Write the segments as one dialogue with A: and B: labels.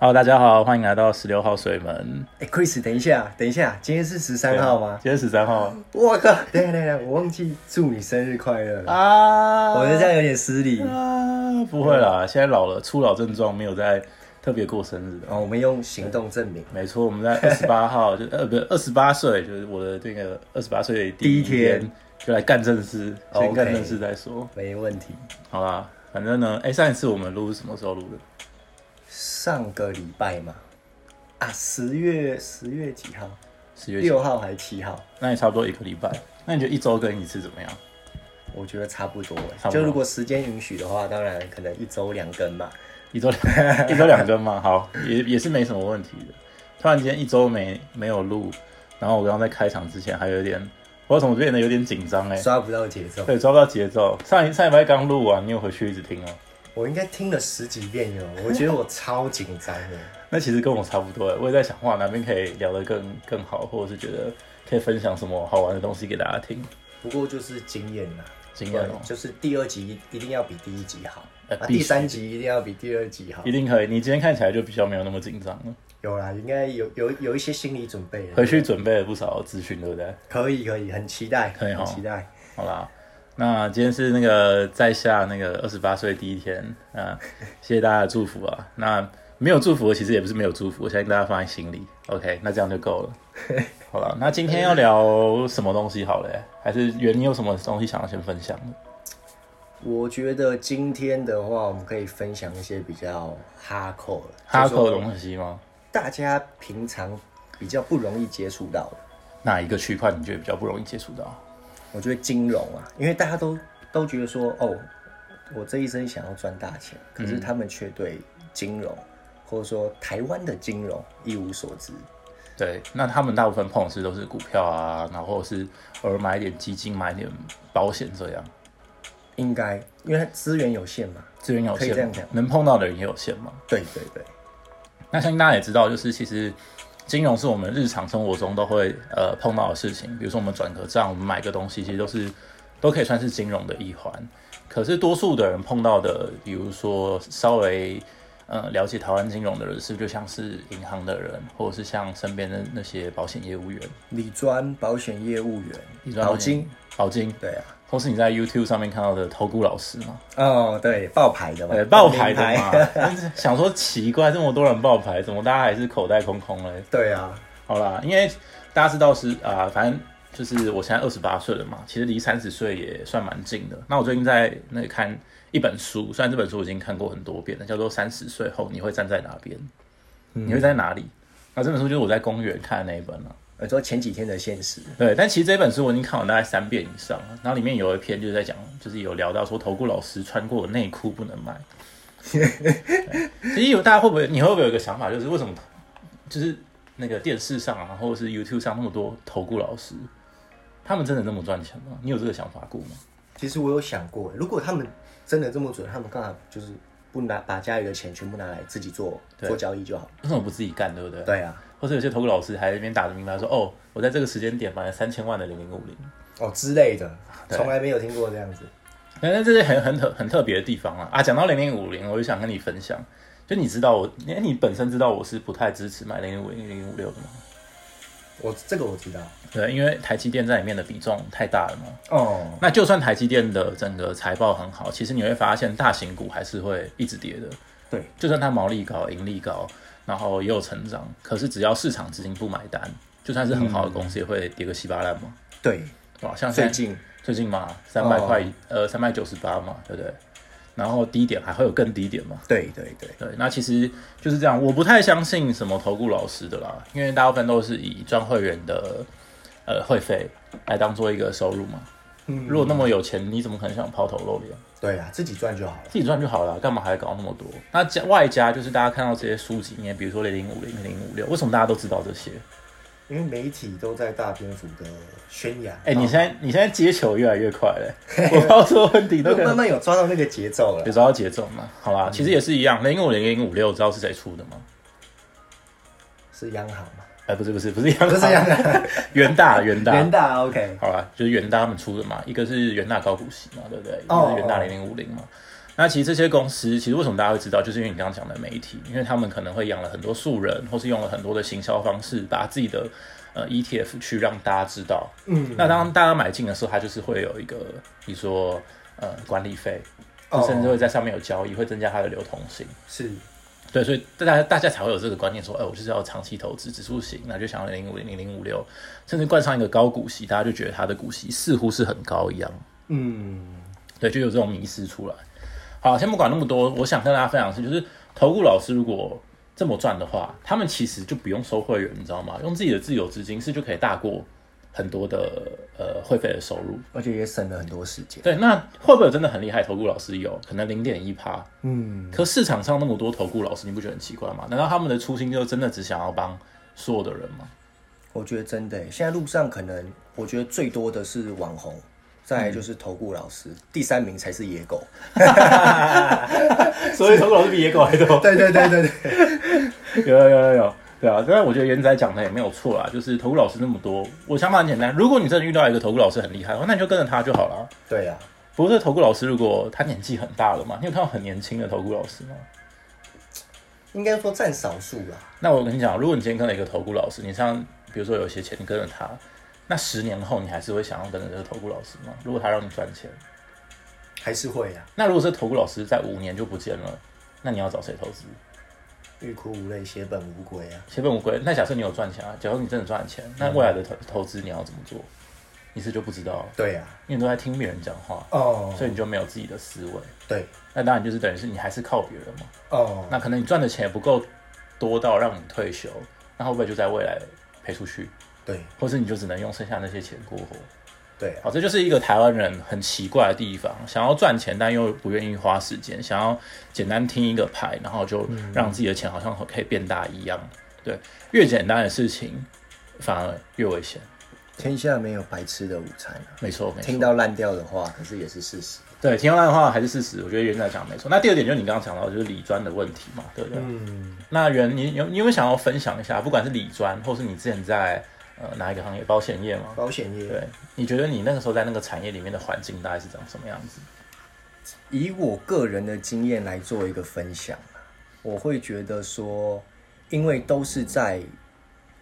A: Hello，大家好，欢迎来到十六号水门。
B: 哎、c h r i s 等一下，等一下，今天是十三号吗？
A: 今天十三号
B: 我靠，等一下等一下，我忘记祝你生日快乐了，
A: 啊
B: 我觉得这样有点失礼。哦
A: 啊，不会啦，现在老了，初老症状没有在特别过生日的。
B: 哦，我们用行动证明。
A: 没错，我们在 二十八号，就呃不是二十八岁，就是我的这个二十八岁的第一
B: 第一天哦
A: 天，就来干正事，先
B: OK
A: 干正事再说。
B: 没问题。
A: 好啦，反正呢，哎，上一次我们录是什么时候录的？
B: 上个礼拜嘛，啊，十月十月几号？
A: 十月几
B: 六号还是七号？
A: 那也差不多一个礼拜。那你觉得一周更一次怎么样？
B: 我觉得差不多欸
A: 差不多
B: 就如果时间允许的话，当然可能一周两更嘛。
A: 一周两一周两更嘛，好，也也是没什么问题的。突然间一周没没有录，然后我刚刚在开场之前还有点，我为什么变得有点紧张哎？
B: 抓不到节奏。
A: 对，抓不到节奏。上一上礼拜刚录完，你有回去一直听哦。
B: 我应该听了十几遍哟，我觉得我超紧张 的。
A: 那其实跟我差不多哎，我也在想哇，哪边可以聊得更更好，或者是觉得可以分享什么好玩的东西给大家听。
B: 不过就是经验啦，
A: 经验哦
B: 对就是第二集一定要比第一集好，
A: 呃
B: 啊，
A: 必须
B: 第三集一定要比第二集好
A: 一。定可以。你今天看起来就比较没有那么紧张了，
B: 有啦，应该有有有一些心理准备了
A: 回。去准备了不少资讯，对不对？
B: 可以可以，很期待，
A: 可以哦
B: 很期待。
A: 好啦，那今天是那个在下那个二十八岁第一天，啊、谢谢大家的祝福啊。那没有祝福的其实也不是没有祝福，我相信大家放在心里。OK，那这样就够了。好了，那今天要聊什么东西好嘞？还是原你有什么东西想要先分享的？
B: 我觉得今天的话，我们可以分享一些比较哈扣的，
A: 哈
B: 就是
A: 扣
B: 说
A: 的东西吗？
B: 大家平常比较不容易接触到的。
A: 哪一个区块你觉得比较不容易接触到？
B: 我觉得金融啊，因为大家都都觉得说，哦，我这一生想要赚大钱，可
A: 嗯
B: 是他们却对金融，或者说台湾的金融一无所知。
A: 对，那他们大部分碰的是都是股票啊，然后是偶尔买一点基金，买一点保险这样，
B: 应该，因为它资源有限嘛。
A: 资源有
B: 可以这
A: 限
B: 样
A: 嘛
B: 讲，
A: 能碰到的人也有限嘛。
B: 对对对，
A: 那相信大家也知道，就是其实金融是我们日常生活中都会呃碰到的事情，比如说我们转个账，我们买个东西，其实都是都可以算是金融的一环。可是多数的人碰到的，比如说稍微呃了解台湾金融的人士，就像是银行的人，或者是像身边的那些保险业务员、
B: 理专保险业务员，
A: 理专保
B: 保
A: 险
B: 金，
A: 保金，
B: 对啊，
A: 或是你在 YouTube 上面看到的投顾老师嘛，
B: 哦对，爆牌的嘛，
A: 对，呃爆牌的
B: 名
A: 嘛， 但是想说奇怪，这么多人爆牌，怎么大家还是口袋空空嘞？
B: 对啊，
A: 好啦，因为大家知道是啊、反正就是我现在二十八岁了嘛，其实离三十岁也算蛮近的。那我最近在那里看一本书，虽然这本书我已经看过很多遍了，叫做《三十岁后你会站在哪边》，你会在哪里？那这本书就是我在公园看的那一本啊了、
B: 我说前几天的现实，
A: 对，但其实这本书我已经看完大概三遍以上了，然后里面有一篇就是在讲，就是有聊到说投顾老师穿过的内裤不能买。对其实有大家会不会，你会不会有一个想法，就是为什么就是那个电视上啊，或者是 YouTube 上那么多投顾老师，他们真的那么赚钱吗？你有这个想法过吗？
B: 其实我有想过，如果他们真的这么准，他们干嘛就是不拿把家里的钱全部拿来自己做做交易就好了？
A: 为什么不自己干，对不对？
B: 对啊，
A: 或者有些投顾老师还在那边打着名牌说，哦，我在这个时间点买了三千万的零零五零。
B: 哦之类的，
A: 对
B: 从来没有听过这样子。
A: 那那这是很很特很特别的地方啊！啊，讲到零零五零，我就想跟你分享，就你知道我，哎、你本身知道我是不太支持买零零五零零五六的嘛？
B: 我这个我知道。
A: 对，因为台积电在里面的比重太大了嘛。
B: 哦，
A: 那就算台积电的整个财报很好，其实你会发现大型股还是会一直跌的。
B: 对，
A: 就算它毛利高、盈利高，然后也有成长，可是只要市场资金不买单，就算是很好的公司也会跌个稀巴烂嘛。
B: 对，
A: 哇，像现
B: 最
A: 在
B: 近
A: 最近嘛，三百块，呃，三百九十八嘛，对不对？然后低点还会有更低点嘛？
B: 对对对，
A: 对，那其实就是这样。我不太相信什么投顾老师的啦，因为大部分都是以赚会员的呃会费来当做一个收入嘛。
B: 嗯
A: 如果那么有钱，你怎么可能想抛头露脸？
B: 对啊，自己赚就好了。
A: 自己赚就好了，干嘛还搞那么多？那加外加就是大家看到这些书籍里面，比如说零零五零、零零五六，为什么大家都知道这些？
B: 因为媒体都在大篇幅的宣扬。
A: 哎、你
B: 哦
A: 现在你现在接球越来越快嘞、 我抛出问题都可
B: 慢
A: 能
B: 慢有抓到那嗯个节奏
A: 有
B: 了。
A: 找到节奏嘛？好啦，其实也是一样，零零五零、零零五六，知道是谁出的吗？
B: 是央行 嘛？
A: 哎、不是不是不是杨，
B: 不是央 行，
A: 元大元大
B: 元大 OK。
A: 好啦，就是元大他们出的嘛，一个是元大高股息嘛，对不对？一
B: 哦
A: 个是元大零零五零嘛。那其实这些公司，其实为什么大家会知道，就是因为你刚刚讲的媒体，因为他们可能会养了很多素人，或是用了很多的行销方式，把自己的呃 ETF 去让大家知道。嗯，那当大家买进的时候，它就是会有一个，比如说呃管理费，
C: 哦
A: 甚至会在上面有交易，会增加它的流通性。
C: 是
A: 对，所以大家大家才会有这个观念说，哎、我就是要长期投资指数型，那就想要零五零零零五六，甚至冠上一个高股息，大家就觉得它的股息似乎是很高一样。
C: 嗯
A: 对，就有这种迷失出来。好，先不管那么多，我想跟大家分享的是，就是投顾老师如果这么赚的话，他们其实就不用收会员，你知道吗？用自己的自有资金是就可以大过很多的呃会费的收入。
B: 而且也省了很多时间。
A: 对，那会不会有真的很厉害？投顾老师有可能零点一趴，
C: 嗯
A: 可市场上那么多投顾老师，你不觉得很奇怪吗？难道他们的初心就真的只想要帮所有的人吗？
B: 我觉得真的耶，现在路上可能我觉得最多的是网红，再来就是投顾老师，第三名才是野 狗。
A: 所以投顾老师比野狗还多。
B: 对对对对对，
A: 有有有有有，对啊，但是我觉得严仔讲的也没有错啦，就是投顾老师那么多，我想法很简单，如果你真的遇到一个投顾老师很厉害的话，那你就跟着他就好了。
B: 对啊，
A: 不过这投顾老师如果他年纪很大了嘛，你有看到很年轻的投顾老师吗？
B: 应该说占少数啦。
A: 那我跟你讲，如果你今天跟了一个投顾老师，你像比如说有些钱你跟着他，那十年后你还是会想要跟着这个投顾老师吗？如果他让你赚钱，
C: 还是会啊，
A: 那如果这投顾老师在五年就不见了，那你要找谁投资？
B: 欲哭无泪，血本无归啊。
A: 血本无归。那假设你有赚钱啊，假如你真的赚钱，那未来的投投资你要怎么做？你是就不知道了。
B: 对啊，
A: 因为你都在听别人讲话，
C: 哦
B: 嗯
A: 所以你就没有自己的思维。
B: 对
A: 那当然就是等于是你还是靠别人嘛。
C: 哦
A: 那可能你赚的钱也不够多到让你退休，那会不会就在未来赔出去，
B: 对
A: 或是你就只能用剩下那些钱过活？
B: 对啊，
A: 好，这就是一个台湾人很奇怪的地方，想要赚钱但又不愿意花时间，想要简单听一个牌，然后就
B: 嗯
A: 让自己的钱好像可以变大一样。对，越简单的事情反而越危险。
B: 天下没有白吃的午餐啊。
A: 没错，没错。
B: 听到烂掉的话，可是也是事实。
A: 对，听到的话还是事实，我觉得袁在讲没错。那第二点就是你刚刚讲到的就是理专的问题嘛，对不对？
C: 嗯
A: 那袁，你有你有没有想要分享一下，不管是理专，或是你之前在呃哪一个行业，保险业嘛？
C: 保险业
A: 对，你觉得你那个时候在那个产业里面的环境大概是长什么样子？
B: 以我个人的经验来做一个分享啊，我会觉得说，因为都是在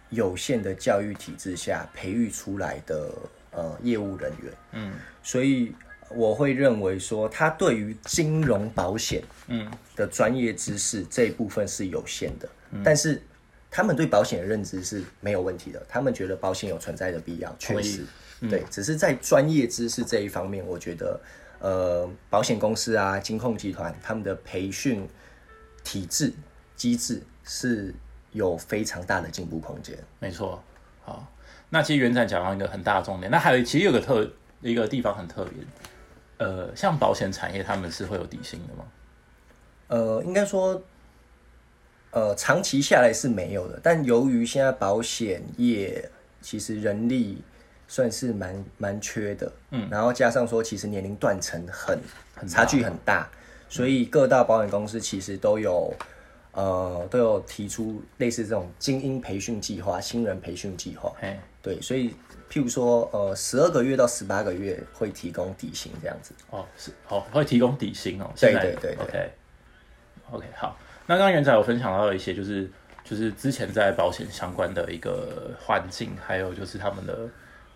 B: 有限的教育体制下培育出来的呃业务人员，
A: 嗯
B: 所以我会认为说，他对于金融保险
A: 嗯
B: 的专业知识这一部分是有限的，
A: 嗯
B: 但是他们对保险的认知是没有问题的，他们觉得保险有存在的必要，确
A: 同意嗯
B: 实，对，只是在专业知识这一方面，我觉得呃，保险公司啊、金控集团他们的培训体制机制是有非常大的进步空间。
A: 没错。好，那其实袁展讲到一个很大的重点，那还有其实有个特一个地方很特别，呃，像保险产业他们是会有底薪的吗？
B: 呃，应该说，呃，长期下来是没有的。但由于现在保险业其实人力算是蛮蛮缺的，嗯，然后加上说，其实年龄断层很差距很大，嗯所以各大保险公司其实都有。呃，都有提出类似这种精英培训计划、新人培训计划，
A: 嘿，
B: 对，所以譬如说，呃，十二个月到十八个月会提供底薪这样子。
A: 哦，是哦，会提供底薪哦。
B: 对
A: 现在
B: 对对对
A: OK OK 好。那刚刚元仔有分享到一些，就是就是之前在保险相关的一个环境，还有就是他们的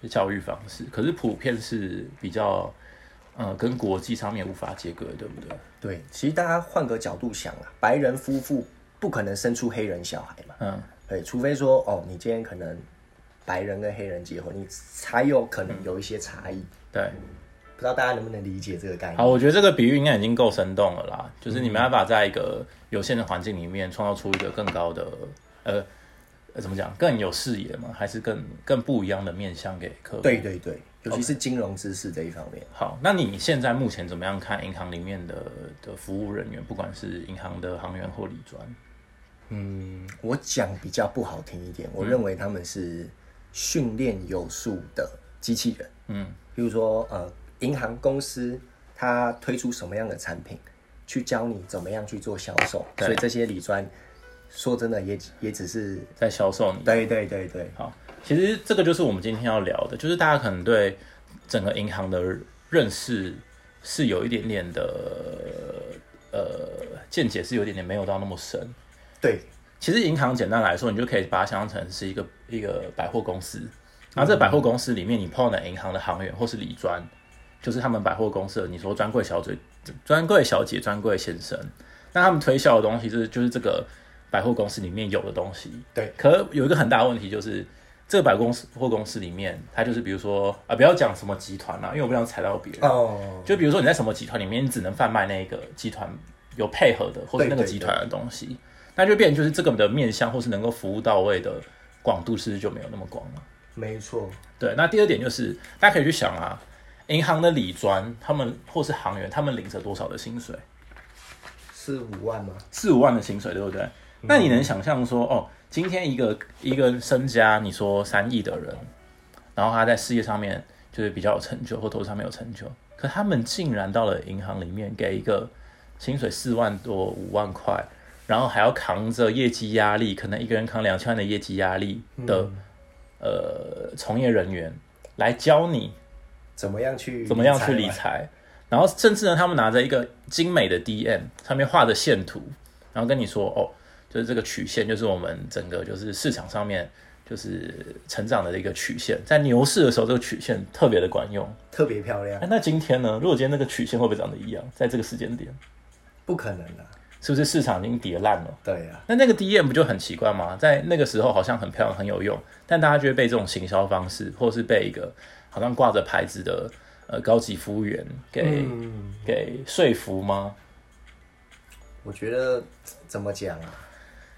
A: 教育方式，可是普遍是比较呃跟国际上面无法接轨，对不对？
B: 对，其实大家换个角度想啊，白人夫妇不可能生出黑人小孩嘛，
A: 嗯，
B: 对，除非说哦，你今天可能白人跟黑人结婚，你才有可能有一些差异。
A: 对。
B: 不知道大家能不能理解这个概
A: 好，
B: 念？
A: 我觉得这个比喻应该已经够生动了啦，就是你没
B: 嗯
A: 办法在一个有限的环境里面创造出一个更高的呃。呃怎么讲？更有视野嘛，还是更更不一样的面向给客户？
B: 对对对，尤其是金融知识这一方面。
A: 好，那你现在目前怎么样看银行里面的的服务人员，不管是银行的行员或理专？
B: 我讲比较不好听一
A: 嗯
B: 点，我认为他们是训练有素的机器人。
A: 嗯，
B: 比如说呃，银行公司它推出什么样的产品，去教你怎么样去做销售，
A: 对
B: 所以这些理专说真的也也只是
A: 在销售你？
B: 对对对对
A: 好，其实这个就是我们今天要聊的，就是大家可能对整个银行的认识是有一点点的呃见解是有点点没有到那么深。
B: 对，
A: 其实银行简单来说，你就可以把它想象成是一个一个百货公司。然后这百货公司里面，你碰到的银行的行员或是理专，就是他们百货公司的，你说专柜小姐、专柜小姐、专柜先生，那他们推销的东西就是就是这个百货公司里面有的东西。
B: 对，
A: 可有一个很大的问题就是，这个百货公司货公司里面，它就是比如说啊，不要讲什么集团啦、因为我不想踩到别人。
B: 哦，
A: 就比如说你在什么集团里面，你只能贩卖那个集团有配合的，或是那个集团的东西，那就变成就是这个的面向或是能够服务到位的广度，是不是就没有那么广了？
B: 没错，
A: 对，那第二点就是大家可以去想啊，银行的理专他们或是行员，他们领着多少的薪水？
B: 是五万吗？
A: 四五万的薪水，对不对？那你能想象说，哦，今天一个一个身家你说三亿的人，然后他在事业上面就是比较有成就，或投资上面有成就，可他们竟然到了银行里面给一个薪水四万多五万块，然后还要扛着业绩压力，可能一个人扛两千万的业绩压力的、呃从业人员来教你
B: 怎么样去啊
A: 怎么样去理
B: 嘛？
A: 财。然后甚至呢，他们拿着一个精美的 DM，上面画着线图，然后跟你说，哦，就是这个曲线，就是我们整个就是市场上面就是成长的一个曲线，在牛市的时候，这个曲线特别的管用。
B: 特别漂亮
A: 哎，，那今天呢？如果今天那个曲线会不会长得一样？在这个时间点，
B: 不可能的。
A: 是不是市场已经跌烂了？
B: 对啊呀，
A: 那那个 DM 不就很奇怪吗？在那个时候好像很漂亮、很有用，但大家就会被这种行销方式，或是被一个呃好像挂着牌子的呃高级服务员给、
B: 嗯，
A: 给说服吗？
B: 我觉得
D: 怎么讲啊？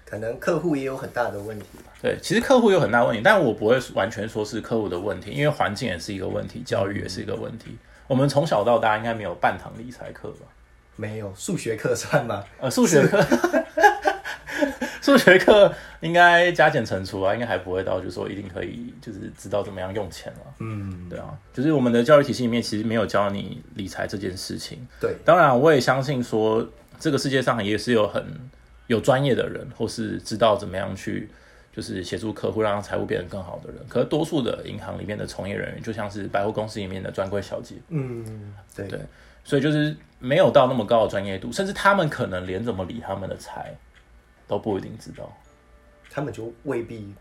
D: 可能客户也有很大的问题吧。
A: 对，其实客户有很大问题，但我不会完全说是客户的问题，因为环境也是一个问题，教育也是一个问题。我们从小到大应该没有半堂理财课吧？
B: 没有数学课算吗？
A: 呃，数学课，数学课应该加减乘除啊，应该还不会到就是说一定可以就是知道怎么样用钱了。
B: 嗯，
A: 对啊，就是我们的教育体系里面其实没有教你理财这件事情。
B: 对，
A: 当然，我也相信说这个世界上也是有很有专业的人，或是知道怎么样去就是协助客户让财务变得更好的人。可是多数的银行里面的从业人员，就像是百货公司里面的专柜小姐，
B: 嗯，对
A: 对所以就是没有到那么高的专业度，甚至他们可能连怎么理他们的财都不一定知道。
B: 他们就未必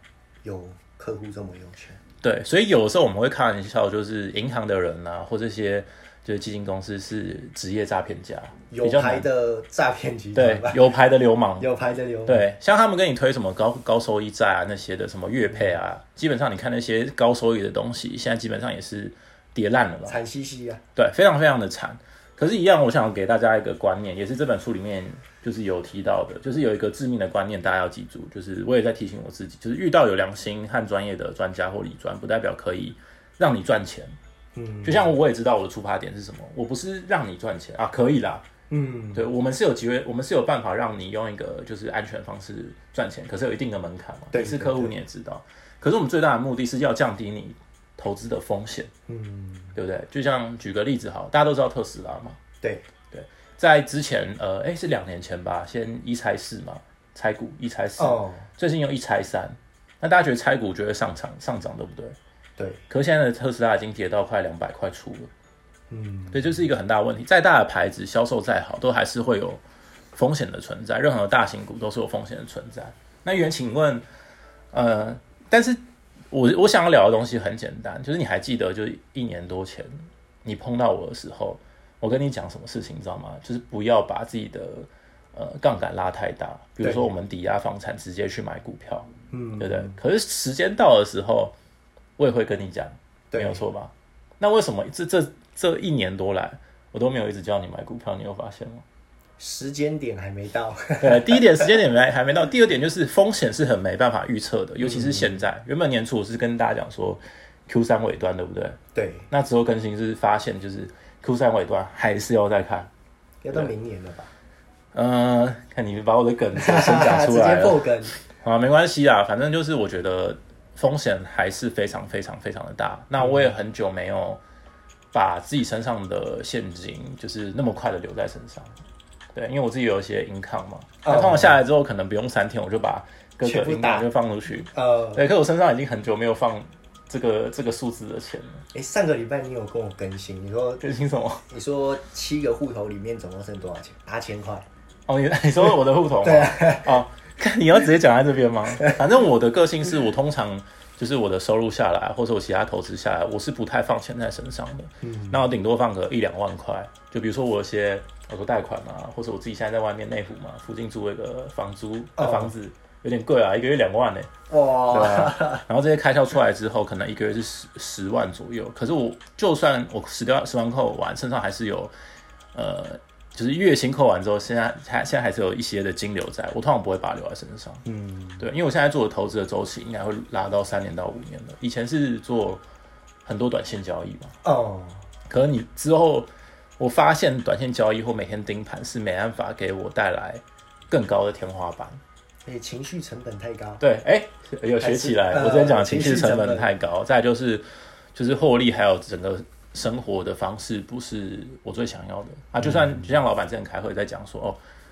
B: 有客户这么有钱。
A: 对，所以有的时候我们会开玩笑，就是银行的人啊，或这些就是基金公司是职业诈骗家，
B: 有
A: 比较
B: 牌
A: 难
B: 的诈骗集团
A: 对
B: 吧，
A: 有牌的流氓，
B: 有牌的流氓，
A: 对，像他们跟你推什么高高收益债啊那些的，什么月配啊，基本上你看那些高收益的东西，现在基本上也是跌烂了吧？
B: 惨兮兮啊，
A: 对，非常非常的惨。可是，一样，我想给大家一个观念，也是这本书里面就是有提到的，就是有一个致命的观念，大家要记住。就是我也在提醒我自己，就是遇到有良心和专业的专家或理专，不代表可以让你赚钱。
B: 嗯
A: 就像我也知道我的出发点是什么，我不是让你赚钱啊，可以啦，
B: 嗯，
A: 对，我们是有机会，我们是有办法让你用一个就是安全的方式赚钱，可是有一定的门槛嘛。
B: 对
A: 你是客户
B: 对对
A: 你也知道，可是我们最大的目的是要降低你投资的风险，
B: 嗯，
A: 对不对？就像举个例子好，大家都知道特斯拉嘛，
B: 对，
A: 在之前呃，哎是两年前吧，先一拆四嘛，拆股一拆四，
B: 哦，
A: 最近又一拆三，那大家觉得拆股觉得上涨上涨对不对？
B: 对，
A: 可是现在的特斯拉已经跌到快两百块出了。
B: 嗯，
A: 对，就是一个很大的问题。再大的牌子销售再好，都还是会有风险的存在。任何大型股都是有风险的存在。那袁，请问，呃，但是我我想要聊的东西很简单，就是你还记得，就是一年多前你碰到我的时候，我跟你讲什么事情，你知道吗？就是不要把自己的呃杠杆拉太大，比如
B: 对
A: 说我们抵押房产直接去买股票，
B: 嗯，
A: 对不对？可是时间到的时候，我也会跟你讲，
B: 对
A: 没有错吧？那为什么这这这一年多来，我都没有一直叫你买股票？你有发现吗？
B: 时间点还没到，
A: 对，第一点时间点没还没到，第二点就是风险是很没办法预测的，尤其是
B: 嗯
A: 现在。原本年初我是跟大家讲说 Q 三尾端，对不对？
B: 对，
A: 那之后更新是发现就是 Q 三尾端还是要再看。
B: 要到明年了吧？
A: 呃，看你把我的梗先讲
B: 直
A: 出
B: 接
A: 来了，
B: 爆梗，
A: 啊，没关系啦，反正就是我觉得风险还是非常非常非常的大。那我也很久没有把自己身上的现金就是那么快的留在身上，对，因为我自己有一些 income 嘛，那通常下来之后可能不用三天我就把各个
B: 哦全部打
A: income 就放出去，
B: 呃，
A: 对，可我身上已经很久没有放这个这个数字的钱了。
B: 哎，上个礼拜你有跟我更新，你说
A: 更新什么？
B: 你说七个户头里面总共剩多少钱？八千块。
A: 哦，你你说我的户头吗？对哦，看你要直接讲在这边吗？反正我的个性是我通常就是我的收入下来，或者我其他投资下来，我是不太放钱在身上的。那我顶多放个一两万块，就比如说我有些我说贷款嘛，或者我自己现在在外面内湖嘛，附近租了一个房租、呃、房子。有点贵啊，一个月两万呢、
B: 哇，
A: 对啊，然后这些开销出来之后，可能一个月是十十万左右。可是我就算我十掉十万扣完，身上还是有，呃，就是月薪扣完之后，现在还现在还是有一些的金流在，我通常不会把它留在身上。嗯，对，因为我现在做的投资的周期应该会拉到三年到五年的，以前是做很多短线交易嘛，
B: 哦，
A: 可能你之后，我发现短线交易或每天盯盘是没办法给我带来更高的天花板。
B: 哎，情绪成本太高。
A: 对，哎、有学起来。
B: 还是
A: 我之前讲的
B: 呃
A: 情绪成
B: 情绪成
A: 本
B: 本
A: 太高，再来就是就是获利，还有整个生活的方式不是我最想要的啊。就
B: 嗯
A: 算、就像老板之前开会在讲说，哦，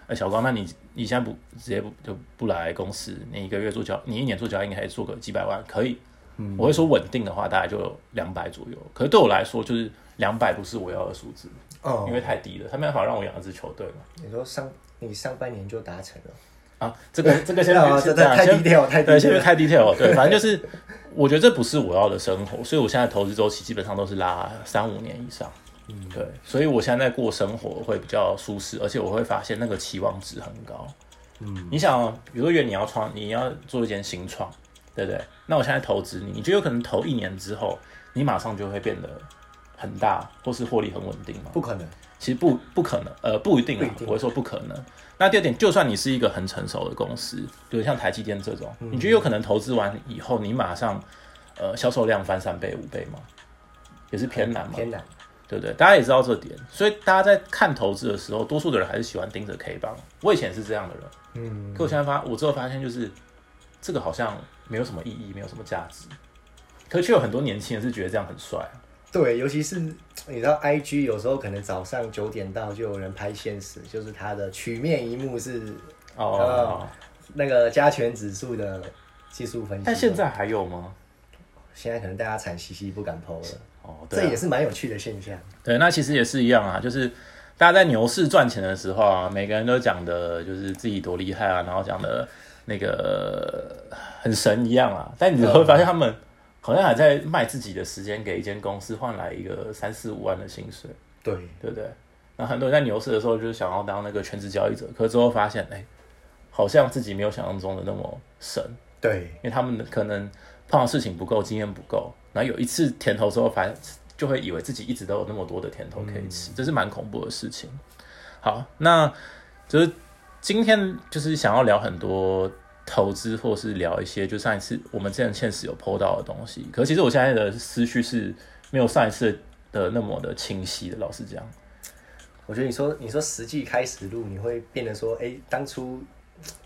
A: 哎、小光，那你你现在不直接不就不来公司，你一个月做交，你一年做交易应该做个几百万，可以。
B: 嗯
A: 我会说稳定的话，大概就两百左右。可是对我来说，就是两百不是我要的数字，
B: 哦
A: 因，为太低了，他没办法让我养一支球队嘛。
B: 你说上你上半年就达成了，
A: 啊，这 个这个先
B: 啊
A: 先
B: 这太
A: 先
B: detail，太
A: 对，先
B: detail
A: 太 detail，了对，反正就是我觉得这不是我要的生活，所以我现在投资周期基本上都是拉三五年以上，嗯，对，所以我现在在过生活会比较舒适，而且我会发现那个期望值很高，嗯，你想哦，比如说，你要创，你要做一间新创，对不对？那我现在投资你，你就有可能投一年之后，你马上就会变得很大，或是获利很稳定嘛？
B: 不可能。
A: 其实不不可能，呃，不一定啊
B: 不一定
A: 我会说不可能。那第二点，就算你是一个很成熟的公司，比如像台积电这种，
B: 嗯
A: 你觉得有可能投资完以后，你马上呃销售量翻三倍五倍吗？也是偏难嘛，
B: 哎偏难。
A: 对不对？大家也知道这点，所以大家在看投资的时候，多数的人还是喜欢盯着 K 棒。我以前是这样的人，嗯，可我现在发，我之后发现就是这个好像没有什么意义，没有什么价值，可却有很多年轻人是觉得这样很帅啊。
B: 对，尤其是你知道，IG 有时候可能早上九点到就有人拍现实，就是它的曲面一幕是啊
A: 哦，
B: 那个加权指数的技术分析。
A: 但现在还有吗？
B: 现在可能大家惨兮兮不敢 PO 了，
A: 哦，对啊
B: 这也是蛮有趣的现象。
A: 对，那其实也是一样啊，就是大家在牛市赚钱的时候啊，每个人都讲的就是自己多厉害啊，然后讲的那个呃很神一样啊，但你会发现他们好像还在卖自己的时间给一间公司，换来一个三四五万的薪水，
B: 对，
A: 对不对？那很多人在牛市的时候就是想要当那个全职交易者，可是之后发现，哎，好像自己没有想象中的那么神，
B: 对，
A: 因为他们可能碰到事情不够，经验不够，然后有一次甜头之后，反就会以为自己一直都有那么多的甜头可以吃，这是蛮恐怖的事情。好，那就是今天就是想要聊很多投资，或是聊一些就上一次我们之前现实有 PO 到的东西。可其实我现在的思绪是没有上一次的那么的清晰的，老实讲。
B: 我觉得你说你说实际开始录，你会变得说，哎，当初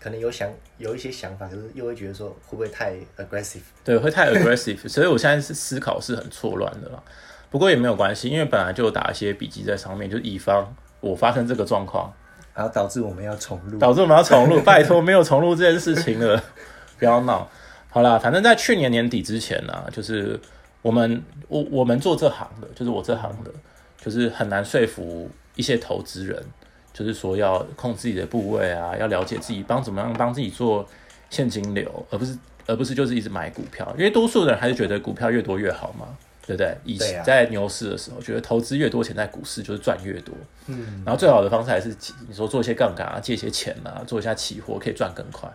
B: 可能有想有一些想法，可是又会觉得说，会不会太 aggressive？
A: 对，会太 aggressive，所以 我现在是思考是很错乱的啦。不过也没有关系，因为本来就有打一些笔记在上面，就是以防我发生这个状况，
B: 然后导致我们要重录。
A: 导致我们要重录。拜托，没有重录这件事情了， 不要闹。好啦，反正在去年年底之前呢、就是我们我我们做这行的，就是我这行的，就是很难说服一些投资人，就是说要控制自己的部位啊，要了解自己帮怎么样帮自己做现金流，而不是而不是就是一直买股票，因为多数人还是觉得股票越多越好嘛，对不对？以
B: 对啊
A: 在牛市的时候，觉得投资越多钱在股市就是赚越多，嗯，然后最好的方式还是你说做一些杠杆啊，借一些钱啊，做一下期货可以赚更快。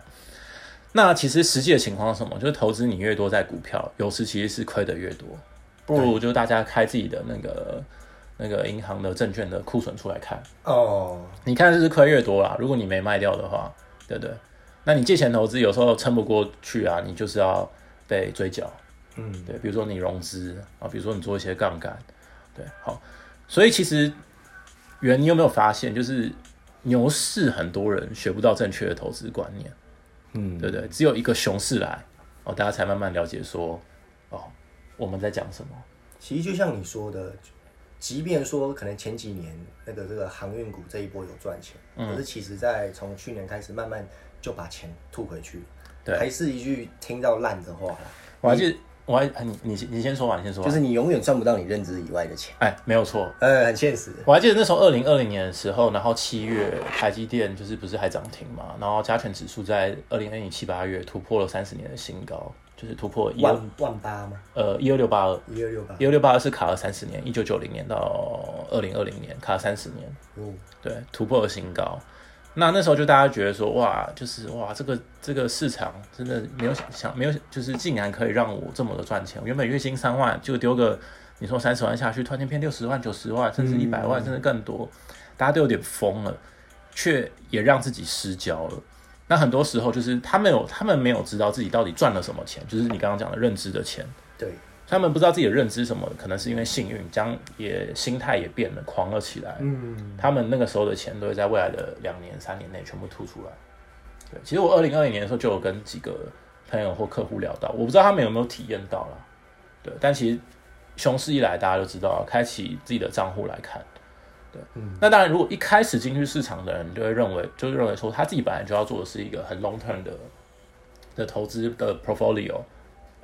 A: 那其实实际的情况是什么？就是投资你越多在股票，有时其实是亏的越多。不如就大家开自己的那个那个银行的证券的库存出来看，
B: 哦，
A: 你看是亏越多啊啦。如果你没卖掉的话，对不对？那你借钱投资有时候撑不过去啊，你就是要被追缴。嗯，对，比如说你融资啊，比如说你做一些杠杆，对，好。所以其实袁，你有没有发现，就是牛市很多人学不到正确的投资观念，嗯，对不对？只有一个熊市来，哦，大家才慢慢了解说，哦，我们在讲什么。
B: 其实就像你说的，即便说可能前几年那个这个航运股这一波有赚钱，
A: 嗯
B: 可是其实在从去年开始慢慢就把钱吐回去了。
A: 对
B: 还是一句听到烂的话啦。
A: 我还记得我还你你你先说完，你先说完。
D: 就是你永远赚不到你认知以外的钱。
A: 哎，没有错。
B: 呃
D: 嗯，很现实。
A: 我还记得那时候二零二零年的时候，然后七月台积电就是不是还涨停嘛，然后加权指数在二零二零七八月突破了三十年的新高，就是突破一
B: 万万八吗？
A: 呃一二六八二，
B: 一二六八
A: 一二六八二是卡了三十年，一九九零年到二零二零年卡了三十年，
B: 哦，
A: 对，突破了新高。那那时候就大家觉得说，哇，就是哇，这个这个市场真的没有想想没有，就是竟然可以让我这么的赚钱。我原本月薪三万，就丢个你说三十万下去，突然间变六十万、九十万，甚至一百万，甚至更多，大家都有点疯了，却也让自己失焦了。那很多时候就是他们有他们没有知道自己到底赚了什么钱，就是你刚刚讲的认知的钱。
B: 对，
A: 他们不知道自己的认知是什么，可能是因为幸运，将也心态也变了，狂了起来。
B: 嗯，
A: 他们那个时候的钱都会在未来的两年、三年内全部吐出来。对，其实我二零二零年的时候就有跟几个朋友或客户聊到，我不知道他们有没有体验到啦。对，但其实熊市一来，大家都知道，开启自己的账户来看。对，
B: 嗯
A: 那当然，如果一开始进去市场的人就会认为，就是认为说他自己本来就要做的是一个很 long term 的的投资的 portfolio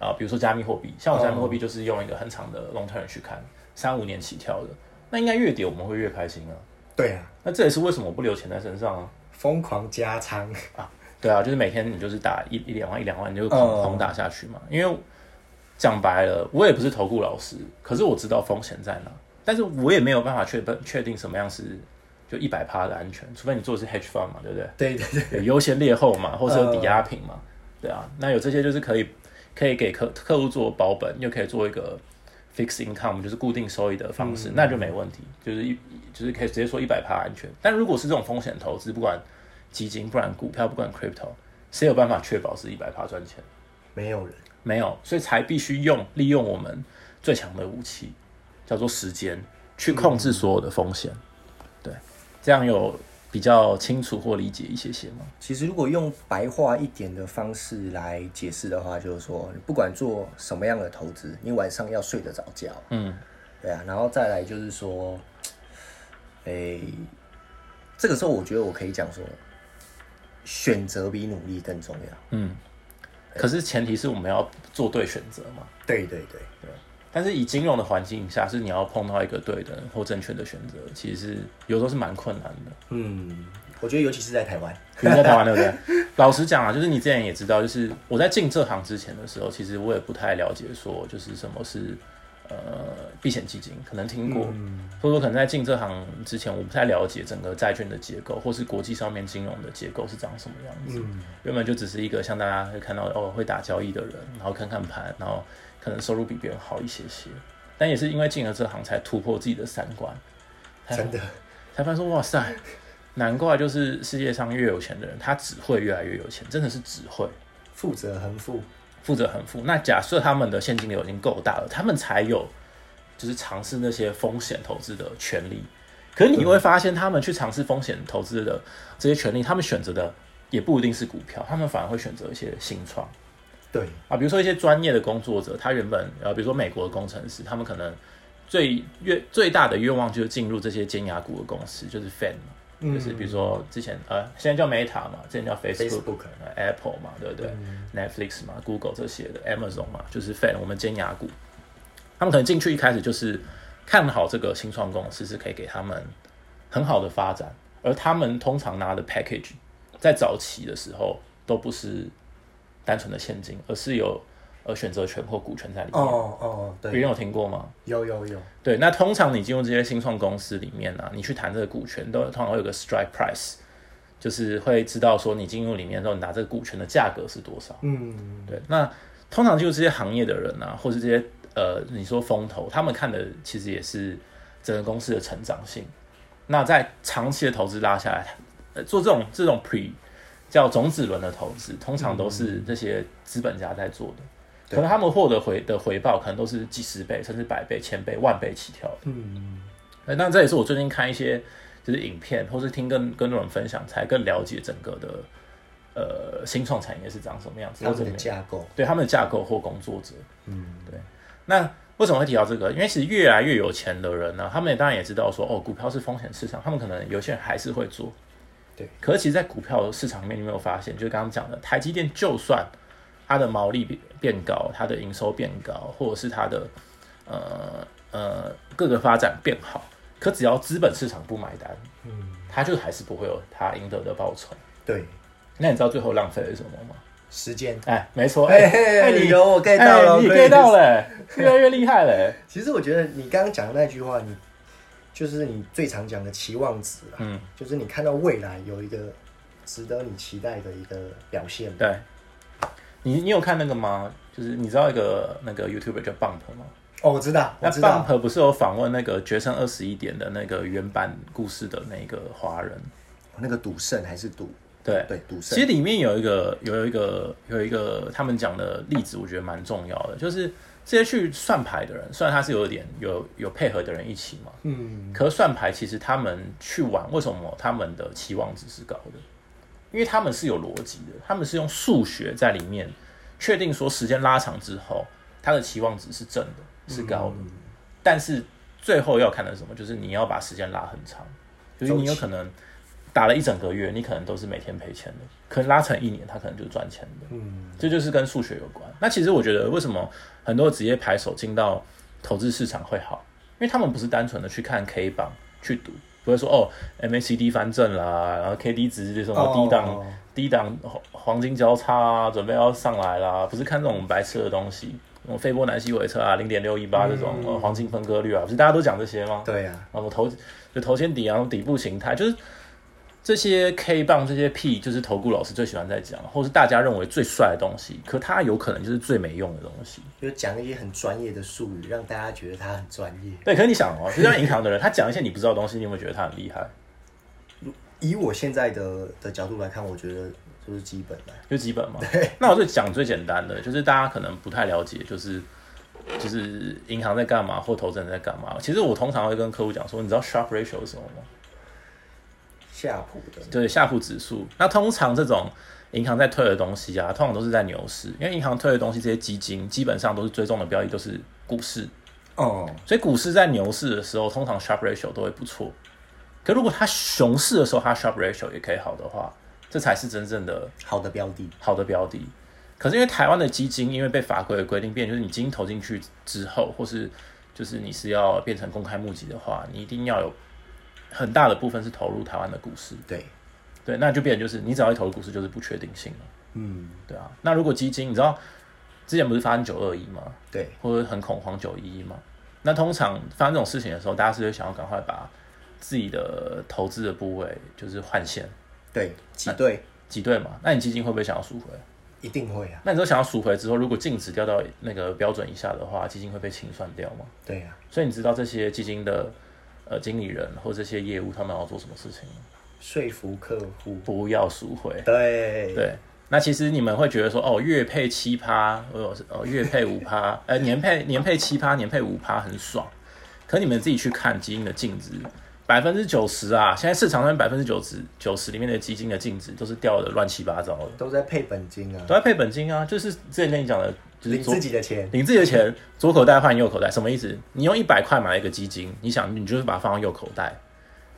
A: 啊、比如说加密货币，像我加密货
B: 哦
A: 币就是用一个很长的 long term 去看，三五年起跳的，那应该越跌我们会越开心啊。
B: 对啊，
A: 那这也是为什么我不留钱在身上啊？
B: 疯狂加仓，
A: 对啊，就是每天你就是打一一两万一两万，你就狂
D: 嗯
A: 狂打下去嘛。因为讲白了，我也不是投顾老师，可是我知道风险在哪，但是我也没有办法确本确定什么样是就一百趴的安全，除非你做的是 hedge fund 嘛，对不对？
B: 对对对，
A: 有优先劣后嘛，或是有抵押品嘛，对啊，那有这些就是可以可以给客客户做保本，又可以做一个 fixed income，就是固定收益的方式，那就没问题，就是一就是可以直接说一百趴安全。但如果是这种风险投资，不管基金，不管股票，不管 crypto，谁有办法确保是一百趴赚钱？
B: 没有人，
A: 没有，所以才必须用利用我们最强的武器，叫做时间，去控制所有的风险。对，这样有比较清楚或理解一些些吗？
D: 其实如果用白话一点的方式来解释的话，就是说，不管做什么样的投资，你晚上要睡得着觉。
A: 嗯。
D: 对啊，然后再来就是说，诶、这个时候我觉得我可以讲说，选择比努力更重要。
A: 嗯，可是前提是我们要做对选择嘛。
B: 对对对，
A: 但是以金融的环境下，是你要碰到一个对的或正确的选择，其实是有时候是蛮困难的。
B: 嗯，我觉得尤其是 在台湾，
A: 你在台湾对不对？老实讲啊，就是你之前也知道，就是我在进这行之前的时候，其实我也不太了解说就是什么是呃避险基金，可能听过，或者说可能在进这行之前，我不太了解整个债券的结构，或是国际上面金融的结构是长什么样子。原本就只是一个像大家会看到哦会打交易的人，然后看看盘，然后可能收入比别人好一些些，但也是因为进了这行才突破自己的三观，
B: 真的，
A: 才发现说哇塞，难怪就是世界上越有钱的人，他只会越来越有钱，真的是只会
B: 富者恒富，
A: 富者很富。那假设他们的现金流已经够大了，他们才有就是尝试那些风险投资的权利。可是你会发现，他们去尝试风险投资的这些权利，他们选择的也不一定是股票，他们反而会选择一些新创。
B: 对，
A: 啊，比如说一些专业的工作者，他原本呃，比如说美国的工程师，他们可能最愿最大的愿望就是进入这些尖牙股的公司，就是 Fan 嘛，就是比如说之前呃，现在叫 Meta 嘛，之前叫 Facebook、
B: Facebook
A: 呃 Apple 嘛，对不对、n e t f l i x 嘛，Google 这些的，Amazon 嘛，就是 Fan 我们尖牙股，他们可能进去一开始就是看好这个新创公司是可以给他们很好的发展，而他们通常拿的 package 在早期的时候都不是单纯的现金，而是有呃选择权或股权在里面。
B: 哦哦，
A: 别
B: 对，
A: 人有听过吗？
B: 有有有，
A: 对，那通常你进入这些新创公司里面呢、啊，你去谈这个股权，都通常会有个 strike price，就是会知道说你进入里面之后，你拿这个股权的价格是多少。
B: 嗯，
A: 对，那通常就是这些行业的人啊，或是这些呃，你说风投，他们看的其实也是整个公司的成长性。那在长期的投资拉下来，呃做这种这种 pre 叫种子轮的投资，通常都是这些资本家在做的。可能他们获得回的回报，可能都是几十倍，甚至百倍、千倍、万倍起跳的。
B: 嗯，
A: 那那这也是我最近看一些就是影片，或是听更更多人分享，才更了解整个的呃新创产业是长什么样子，
B: 他
A: 或者
B: 们的架构，
A: 对他们的架构或工作者。嗯，对。那为什么会提到这个？因为其实越来越有钱的人呢、他们也当然也知道说，哦，股票是风险市场，他们可能有些人还是会做。
B: 对。
A: 可是其实，在股票市场里面，你有没有发现，就是刚刚讲的，台积电就算它的毛利变变高，它的营收变高，或者是它的呃呃各个发展变好，可只要资本市场不买单，嗯，它就还是不会有它应得的报酬。
B: 对，
A: 那你知道最后浪费了什么吗？
B: 时间。
A: 哎，没错，
D: 哎
A: 哎、
D: 嘿
A: 哎你
D: 有我 get 到了
A: 哎你
D: 所以
A: get
D: 就是
A: 到了、 越来越厉害了、
B: 其实我觉得你刚刚讲的那句话，你就是你最常讲的期望值啦，
A: 嗯，
B: 就是你看到未来有一个值得你期待的一个表现嘛。
A: 对，你你有看那个吗？就是你知道一个那个 YouTuber 叫 Bump 吗？
B: 哦，我知道，我
A: 那
B: 知道，
A: Bump 不是有访问那个《决胜二十一点》的那个原版故事的那个华人？
D: 那个赌圣还是赌
A: 对
D: 对赌
A: 其
D: 圣，
A: 实里面有一个有一个有一个他们讲的例子，我觉得蛮重要的，就是这些去算牌的人，虽然他是有点有有配合的人一起嘛，
B: 嗯，
A: 可是算牌其实他们去玩，为什么他们的期望值是高的？因为他们是有逻辑的，他们是用数学在里面确定说时间拉长之后，他的期望值是正的，是高的。但是最后要看的是什么？就是你要把时间拉很长，就是你有可能打了一整个月，你可能都是每天赔钱的，可能拉成一年，他可能就赚钱的。嗯，这就是跟数学有关。那其实我觉得，为什么很多职业牌手进到投资市场会好？因为他们不是单纯的去看 K 榜去赌，不会说哦 MACD 翻正啦，然后 KD 值就是什么
B: 哦
A: 低档、低档黄黄金交叉啊，准备要上来啦，不是看这种白痴的东西，那种斐波那契回撤啊，零点六一八这种、
B: 嗯
A: 呃黄金分割率啊，不是大家都讲这些吗？
B: 对啊，
A: 啊，我头就头肩底啊，然后底部形态，就是这些 K 棒这些 P，就是投顾老师最喜欢在讲，或是大家认为最帅的东西，可它有可能就是最没用的东西。
B: 就是讲一些很专业的术语，让大家觉得他很专业。
A: 对，可是你想哦，就像银行的人，他讲一些你不知道的东西，你有没有觉得他很厉害？
B: 以我现在的的角度来看，我觉得就是基本的。
A: 就基本嘛。那我就讲最简单的，就是大家可能不太了解，就是就是银行在干嘛或投资人在干嘛。其实我通常会跟客户讲说，你知道 Sharp Ratio 是什么吗？
B: 夏普的
A: 对，夏普指数。那通常这种银行在推的东西啊，通常都是在牛市，因为银行推的东西，这些基金基本上都是追踪的标的都是股市，
D: 哦，
A: 所以股市在牛市的时候，通常 Sharp Ratio 都会不错。可如果它熊市的时候，它 Sharp Ratio 也可以好的话，这才是真正的
B: 好的标的，
A: 好的标的。可是因为台湾的基金，因为被法规的规定变，就是你基金投进去之后，或是就是你是要变成公开募集的话，你一定要有很大的部分是投入台湾的股市。
B: 对，
A: 对，那就变成就是你只要一投入股市，就是不确定性了。嗯，对啊。那如果基金，你知道之前不是发生九二一吗？
B: 对，
A: 或者很恐慌九一一嘛。那通常发生这种事情的时候，大家是会想要赶快把自己的投资的部位就是换线
B: 对，
D: 几对
A: 挤兑嘛。那你基金会不会想要赎回？
B: 一定会啊，
A: 那你说想要赎回之后，如果净值掉到那个标准以下的话，基金会被清算掉吗？
B: 对啊，
A: 所以你知道这些基金的呃经理人或这些业务他们要做什么事情吗？
B: 说服客户，
A: 不要赎回。
B: 对，
A: 对，那其实你们会觉得说，哦，月配七趴，哦哦，月配五趴， 呃，年配年配七趴，年配五趴很爽。可你们自己去看基金的净值，百分之九十啊，现在市场上百分之九十九十里面的基金的净值都是掉的乱七八糟的，
B: 都在配本金啊，
A: 都在配本金啊，就是之前跟你讲的，就是
B: 领
A: 左
B: 自己的钱，
A: 领自己的钱，左口袋换右口袋，什么意思？你用一百块买了一个基金，你想你就是把它放到右口袋，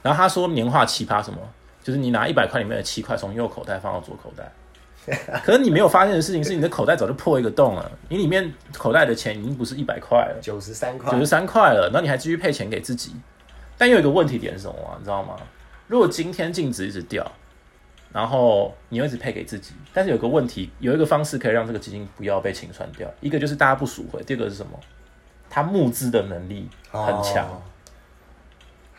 A: 然后他说年化奇葩什么，就是你拿一百块里面的七块从右口袋放到左口袋，可是你没有发现的事情是，你的口袋早就破一个洞了，你里面口袋的钱已经不是一百块了，
B: 九十三块
A: 九十，三块了，然后你还继续配钱给自己，但又有一个问题点是什么啊？你知道吗？如果今天净值一直掉，然后你又一直配给自己，但是有个问题，有一个方式可以让这个基金不要被清算掉，一个就是大家不赎回，第二个是什么？它募资的能力很强，
B: 哦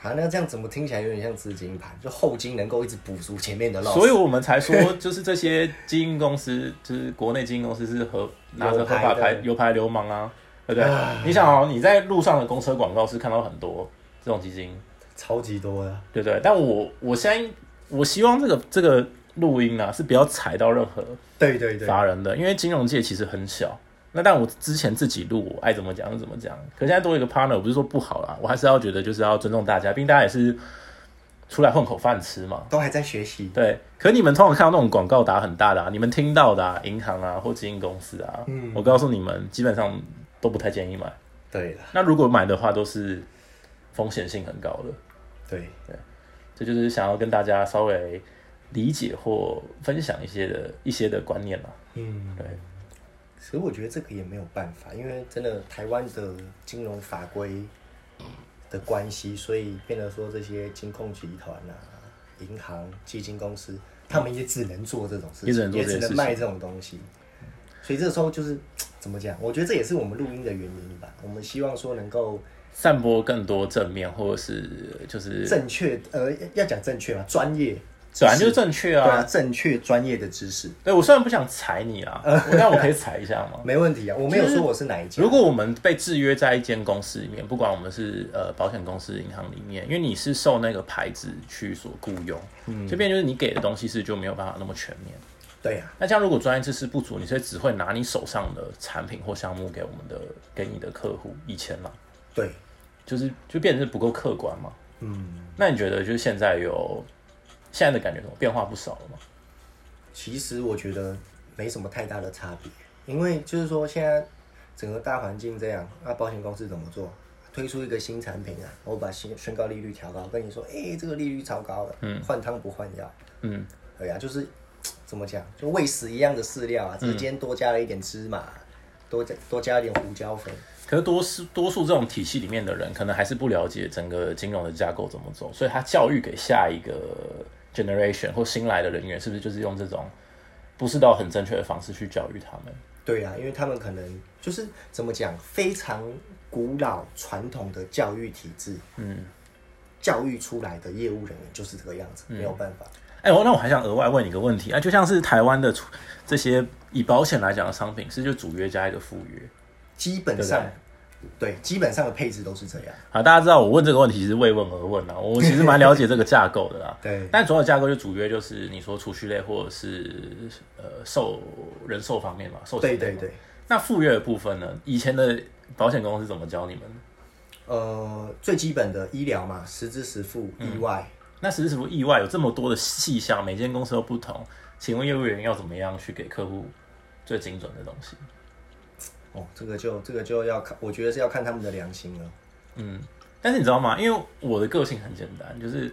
B: 好，那这样怎么听起来有点像资金盘？就后金能够一直补足前面的 loss，
A: 所以我们才说，就是这些基金公司，就是国内基金公司是合拿着合法
B: 有牌的
A: 牌油牌流氓啊，对不对？你想哦，你在路上的公车广告是看到很多这种基金，
B: 超级多的，
A: 对不对？但我我现在我希望这个这个录音啊是不要踩到任何
B: 对对对，
A: 法人的，因为金融界其实很小。那但我之前自己录，我爱怎么讲就怎么讲。可现在多一个 partner，我不是说不好啦，我还是要觉得就是要尊重大家，毕竟大家也是出来混口饭吃嘛。
B: 都还在学习，
A: 对，可你们通常看到那种广告打很大的、啊，你们听到的、啊、银行啊或基金公司啊，我告诉你们，基本上都不太建议买。
B: 对了，
A: 那如果买的话，都是风险性很高的。
B: 对，
A: 这就是想要跟大家稍微理解或分享一些的一些的观念啦。
B: 嗯，
A: 对，
B: 其实我觉得这个也没有办法，因为真的台湾的金融法规的关系，所以变得说这些金控集团啊、银行、基金公司，他们也只能做这种事
A: 也
B: 情，
A: 只能做
B: 也
A: 这
B: 只
A: 件事
B: 能
A: 情
B: 卖这种东西。所以这时候就是怎么讲？我觉得这也是我们录音的原因吧。我们希望说能够
A: 散播更多正面或者是就是，
B: 正确，呃，要讲正确嘛，专业，
A: 本来就是正确
B: 对啊，
A: 啊。
B: 正确专业的知识
A: 对我虽然不想踩你 啊，我但我可以踩一下吗？
B: 没问题啊。我没有说我是哪一家，
A: 如果我们被制约在一间公司里面，不管我们是呃保险公司、银行里面，因为你是受那个牌子去所雇佣，嗯，这边就是你给的东西是就没有办法那么全面。
B: 对啊，
A: 那这样如果专业知识不足，你是只会拿你手上的产品或项目给我们的给你的客户，以前啦，
B: 对，
A: 就是就变成是不够客观嘛。嗯，那你觉得就是现在有现在的感觉怎么变化不少了吗？
B: 其实我觉得没什么太大的差别，因为就是说现在整个大环境这样，那、保险公司怎么做？推出一个新产品啊，我把新宣告利率调高，跟你说，哎、这个利率超高了，嗯，换汤不换药，
A: 嗯，
B: 对啊，就是怎么讲，就喂食一样的饲料啊，只是今天多加了一点芝麻，多加多加一点胡椒粉，
A: 可是多数多数这种体系里面的人，可能还是不了解整个金融的架构怎么走，所以他教育给下一个 generation 或新来的人员，是不是就是用这种不是到很正确的方式去教育他们？
B: 对啊，因为他们可能就是怎么讲，非常古老传统的教育体制，
A: 嗯，
B: 教育出来的业务人员就是这个样子，
A: 嗯
B: 没有办法。
A: 哎、我那我还想额外问你一个问题啊，就像是台湾的出这些以保险来讲的商品，是就主约加一个副约
B: 基本上，对基本上的配置都是这样。。
A: 啊？大家知道我问这个问题是为问而问啊，我其实蛮了解这个架构的啊啦
B: 对
A: 但主要的架构就主约就是你说储蓄类或者是呃寿人寿方面嘛，寿险
B: 对
A: 类
B: 对
A: 嘛
B: 对，
A: 那赴约的部分呢？以前的保险公司怎么教你们？
B: 呃，最基本的医疗嘛，实支实付，
A: 嗯
B: 意外。
A: 那实是不意外有这么多的细项，每间公司都不同，请问业务员要怎么样去给客户最精准的东西？
B: 哦，这个就这个就要看，我觉得是要看他们的良心了。
A: 但是你知道吗？因为我的个性很简单，就是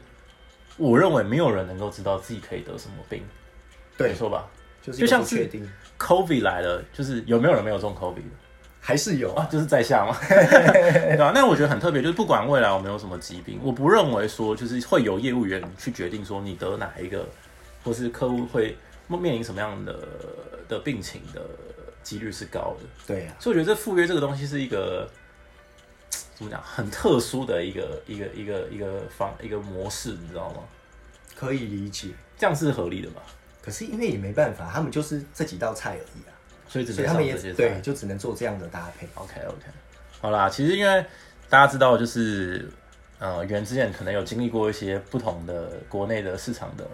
A: 我认为没有人能够知道自己可以得什么病，
B: 对
A: 没错吧
B: 就是
A: 就
B: 一个
A: 像
B: 不
A: 是
B: 确定，
A: ？COVID 来了，就是有没有人没有中 COVID 的？
B: 还是有
A: 啊，就是在下 嘛，对吧、那我觉得很特别，就是不管未来我们有什么疾病，我不认为说就是会有业务员去决定说你得哪一个，或是客户会面临什么样的的病情的几率是高的。
B: 对啊，
A: 所以我觉得这赴约这个东西是一个怎么讲，很特殊的一个一个一个一个方一个模式，你知道吗？
B: 可以理解。
A: 这样是合理的吧？
B: 可是因为也没办法，他们就是这几道菜而已啊，
A: 所以只
B: 所
A: 能
B: 以他
A: 上
B: 们
A: 这
B: 也
A: 些菜
B: 对，就只能做这样的搭配。
A: OK OK，好啦，其实因为大家知道，就是呃，袁之前可能有经历过一些不同的国内的市场的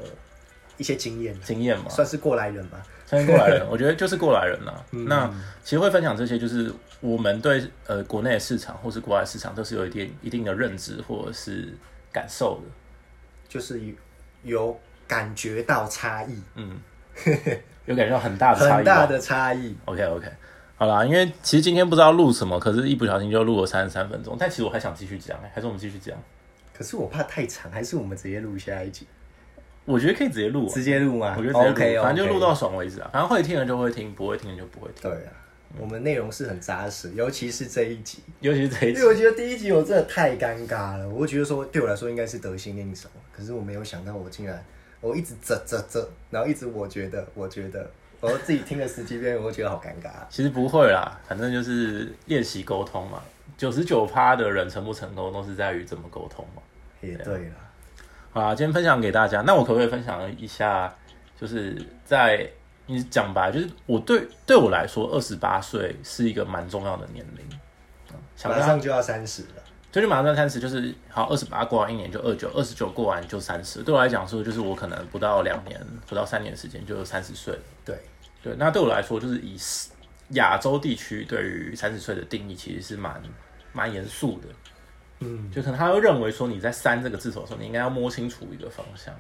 B: 一些经验，啊
A: 经验嘛，
B: 算是过来人吧。
A: 算是过来人，我 觉得就是过来人啦。
B: 嗯
A: 那其实会分享这些，就是我们对呃国内的市场或是国外市场都是有一定一定的认知或者是感受的。
B: 就是有有感觉到差异，
A: 有感觉到很大的差异吧，哦
B: 很大的差异。
A: OK OK，好啦，因为其实今天不知道录什么，可是一不小心就录了三十三分钟。但其实我还想继续讲、欸，还是我们继续讲？
B: 可是我怕太长，还是我们直接录下一集，
A: 我觉得可以直接录、啊，
B: 直接录吗？
A: 我觉得直接录
B: OK，
A: 反正就录
B: OK
A: 到爽为止啊。反正会听的就会听，不会听的就不会听。
B: 对啊，我们内容是很扎实，尤其是这一集，
A: 尤其是这一
B: 因
A: 集
B: 为，我觉得第一集我真的太尴尬了，我觉得说对我来说应该是得心应手，可是我没有想到我竟然我一直啧啧啧，然后一直我觉得我觉得，我自己听了十几遍，我觉得好尴尬。
A: 其实不会啦，反正就是练习沟通嘛。九十九趴的人成不成功，都是在于怎么沟通嘛。
B: 也
A: 啊
B: 对了，
A: 好啦，今天分享给大家。那我可不可以分享一下？就是在你讲吧，就是我对对我来说，二十八岁是一个蛮重要的年龄。嗯想
B: 马
A: 当
B: 上就要三十了，
A: 所以就马上三十，就是好二十八过完一年就二九，二十九过完就三十。对我来讲说，就是我可能不到两年，不到三年时间就三十岁了。
B: 对，
A: 对，那对我来说，就是以是亚洲地区对于三十岁的定义，其实是蛮蛮严肃的。
B: 嗯，
A: 就可能他会认为说，你在三这个字首的时候，你应该要摸清楚一个方向。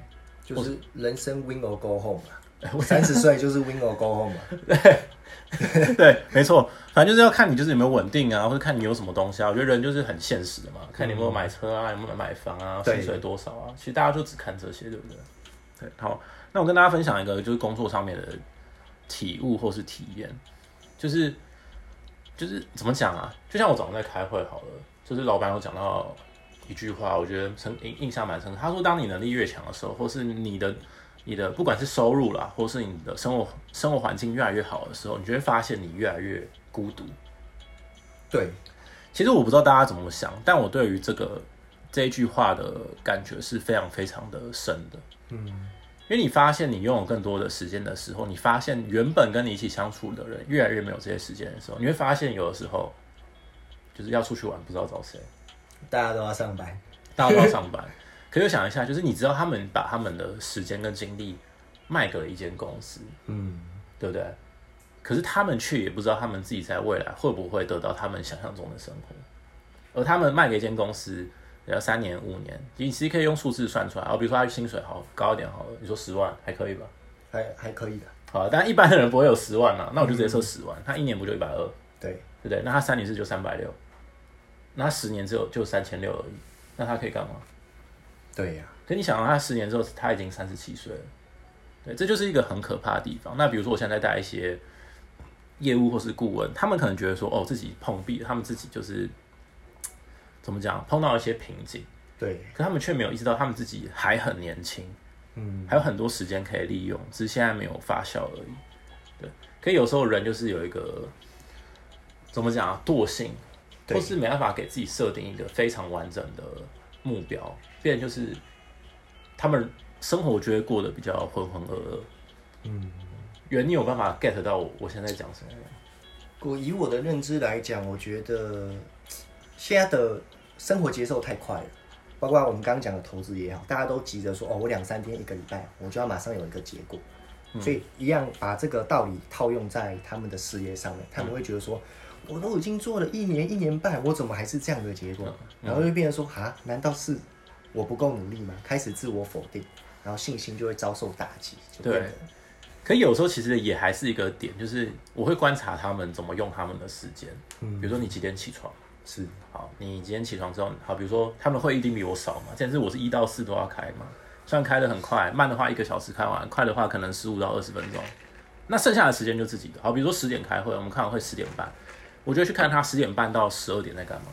B: 就是人生 win or go home 嘛，三十岁就是 win or go home 啊嘛，
A: 对，没错，反正就是要看你就是有没有稳定啊，或者看你有什么东西啊。我觉得人就是很现实的嘛，看你有没有买车啊，有没有买房啊，
B: 对
A: 薪水多少啊。其实大家就只看这些，对不对？对，好，那我跟大家分享一个就是工作上面的体悟或是体验，就是就是怎么讲啊？就像我早上在开会好了，就是老板有讲到一句话，我觉得深印印象蛮深刻。他说，当你能力越强的时候，或是你的你的不管是收入啦，或是你的生活生活环境越来越好的时候，你就会发现你越来越孤独。
B: 对，
A: 其实我不知道大家怎么想，但我对于这个这一句话的感觉是非常非常的深的。
B: 嗯，
A: 因为你发现你拥有更多的时间的时候，你发现原本跟你一起相处的人越来越没有这些时间的时候，你会发现有的时候就是要出去玩不知道找谁，
B: 大家都要上班，
A: 大家都要上班。 可又想一下，就是你知道他们把他们的时间跟精力卖给了一间公司，
B: 嗯，
A: 对不对？可是他们却也不知道他们自己在未来会不会得到他们想象中的生活，而他们卖给一间公司，要三年五年，你其实可以用数字算出来。哦，比如说他薪水好高一点好了，你说十万还可以吧？
B: 还还可以的，
A: 好，但一般的人不会有十万嘛，那我就直接设十万，他一年不就一百二，
B: 对，
A: 对不对？那他三年是就三百六，那他十年只有就三千六而已，那他可以干嘛？
B: 对呀、
A: 可你想啊，他十年之后他已经三十七岁了，对，这就是一个很可怕的地方。那比如说我现在在带一些业务或是顾问，他们可能觉得说，哦，自己碰壁，他们自己就是怎么讲，碰到一些瓶颈，
B: 对，
A: 可他们却没有意识到他们自己还很年轻，
B: 嗯，
A: 还有很多时间可以利用，只是现在没有发酵而已。对，可有时候人就是有一个怎么讲啊，惰性，
B: 对
A: 或是没办法给自己设定一个非常完整的目标，变成就是他们生活就会过得比较浑浑噩噩。
B: 嗯，
A: 原你有办法 get 到我我现在在讲什么吗？
B: 我以我的认知来讲，我觉得现在的生活节奏太快了，包括我们刚刚讲的投资也好，大家都急着说哦，我两三天一个礼拜我就要马上有一个结果，所以一样把这个道理套用在他们的事业上面，他们会觉得说。我都已经做了一年一年半，我怎么还是这样的结果？然后就变成说啊，难道是我不够努力吗？开始自我否定，然后信心就会遭受打击，就变得
A: 对可有时候其实也还是一个点，就是我会观察他们怎么用他们的时间。
B: 嗯
A: 比如说你几点起床？
B: 是
A: 好，你今天起床之后，好，比如说他们会一定比我少嘛，但是我是一到四都要开嘛，虽然开的很快，慢的话一个小时开完，快的话可能十五到二十分钟，那剩下的时间就自己的。好，比如说十点开会，我们开完会十点半，我就去看他十点半到十二点在干嘛，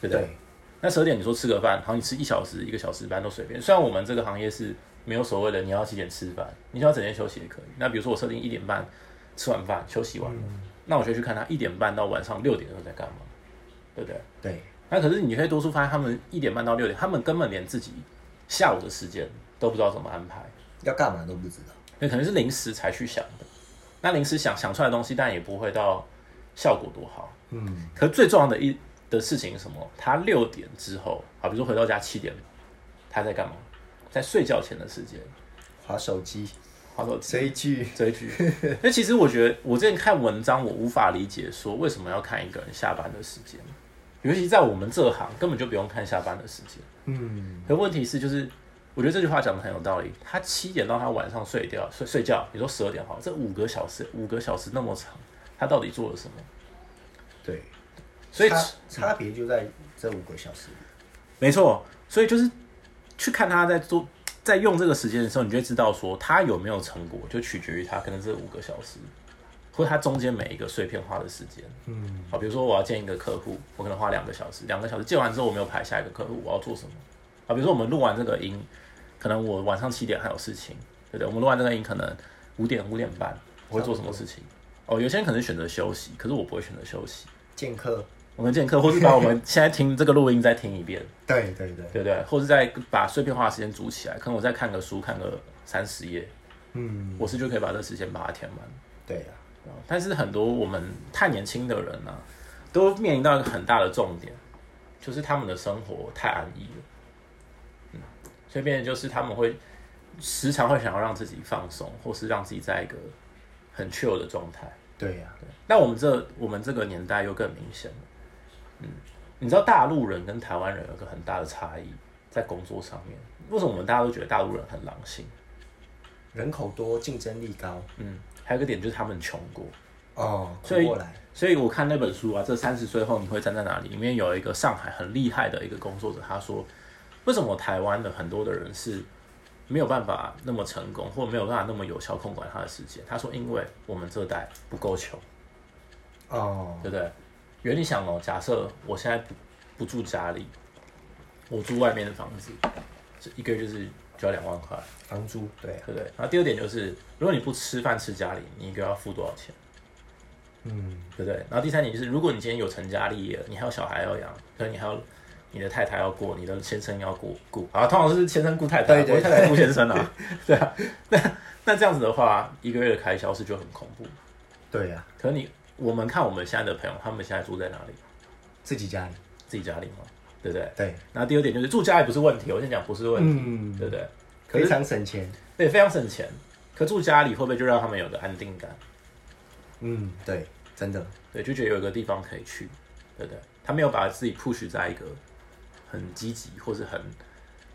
A: 对不对？
B: 对
A: 那十二点你说吃个饭，好，你吃一小时、一个小时半都随便。虽然我们这个行业是没有所谓的你要几点吃饭，你想要整天休息也可以。那比如说我设定一点半吃完饭休息完了，那我就去看他一点半到晚上六点的时候在干嘛，对不对？
B: 对
A: 那可是你会多数发现，他们一点半到六点，他们根本连自己下午的时间都不知道怎么安排，
B: 要干嘛都不知道。
A: 那可能是临时才去想的。那临时想想出来的东西，但也不会到效果多好。
B: 嗯，
A: 可最重要的一的事情是什么？他六点之后，好，比如说回到家七点，他在干嘛？在睡觉前的时间，
B: 划手机
A: 划手机、
B: 这一句
A: 追剧。因为其实我觉得，我之前看文章，我无法理解说为什么要看一个人下班的时间，尤其在我们这行，根本就不用看下班的时间。
B: 嗯，
A: 可问题是，就是我觉得这句话讲的很有道理。他七点到他晚上睡掉睡睡觉，你说十二点好，这五个小时五个小时那么长，他到底做了什么？
B: 对，
A: 所以
B: 差差别就在这五个小时里。
A: 没错，所以就是去看他在做在用这个时间的时候，你就会知道说他有没有成果，就取决于他可能这五个小时，或他中间每一个碎片化的时间。
B: 嗯，
A: 好，比如说我要见一个客户，我可能花两个小时，两个小时见完之后我没有排下一个客户，我要做什么？啊，比如说我们录完这个音，可能我晚上七点还有事情，对不对？我们录完这个音可能五点五点半我会做什么事情？哦，有些人可能选择休息，可是我不会选择休息。
B: 剑客，
A: 我们见客户是把我们现在听这个录音再听一遍，
B: 对对对，
A: 对不对？或者再把碎片化的时间组起来，可能我再看个书，看个三十页，
B: 嗯，
A: 我是就可以把这个时间把它填满。
B: 对啊，
A: 但是很多我们太年轻的人呢、都面临到一个很大的重点，就是他们的生活太安逸了。嗯，所以变成就是他们会时常会想要让自己放松，或是让自己在一个很 chill 的状态。
B: 对啊，
A: 那我们这我们这个年代又更明显了。嗯，你知道大陆人跟台湾人有个很大的差异在工作上面。为什么我们大家都觉得大陆人很狼性？
B: 人口多，竞争力高，
A: 嗯，还有一个点就是他们穷过。
B: 哦，
A: 所
B: 所
A: 以
B: 过来，
A: 所以我看那本书啊，这三十岁后你会站在哪里？里面有一个上海很厉害的一个工作者，他说，为什么台湾的很多的人是没有办法那么成功，或没有办法那么有效控管他的时间？他说，因为我们这代不够穷。
B: 哦，
A: 对不对？原理想哦，假设我现在不不住家里，我住外面的房子，这一个月就是就要两万块，
B: 房租对啊，
A: 对不对？然后第二点就是，如果你不吃饭吃家里，你一个月要付多少钱，
B: 嗯，
A: 对不对？然后第三点就是，如果你今天有成家立业了，你还有小孩要养，可能你还有你的太太要过，你的先生要顾顾，啊，通常是先生顾太太，
B: 对
A: 不
B: 对
A: 会太太顾先生 啊，对啊。那那这样子的话，一个月的开销是就很恐怖。
B: 对啊，
A: 可你我们看我们现在的朋友，他们现在住在哪里？
B: 自己家里
A: 自己家里吗？对不对？
B: 对，
A: 然后第二点就是住家里不是问题，我先讲不是问题，
B: 嗯，
A: 对不对？可
B: 非
A: 是
B: 常省钱，
A: 对非常省钱，可住家里会不会就让他们有个安定感？
B: 嗯，对，真的，
A: 对，就觉得有一个地方可以去，对不对？他没有把自己 push 在一个很积极或是很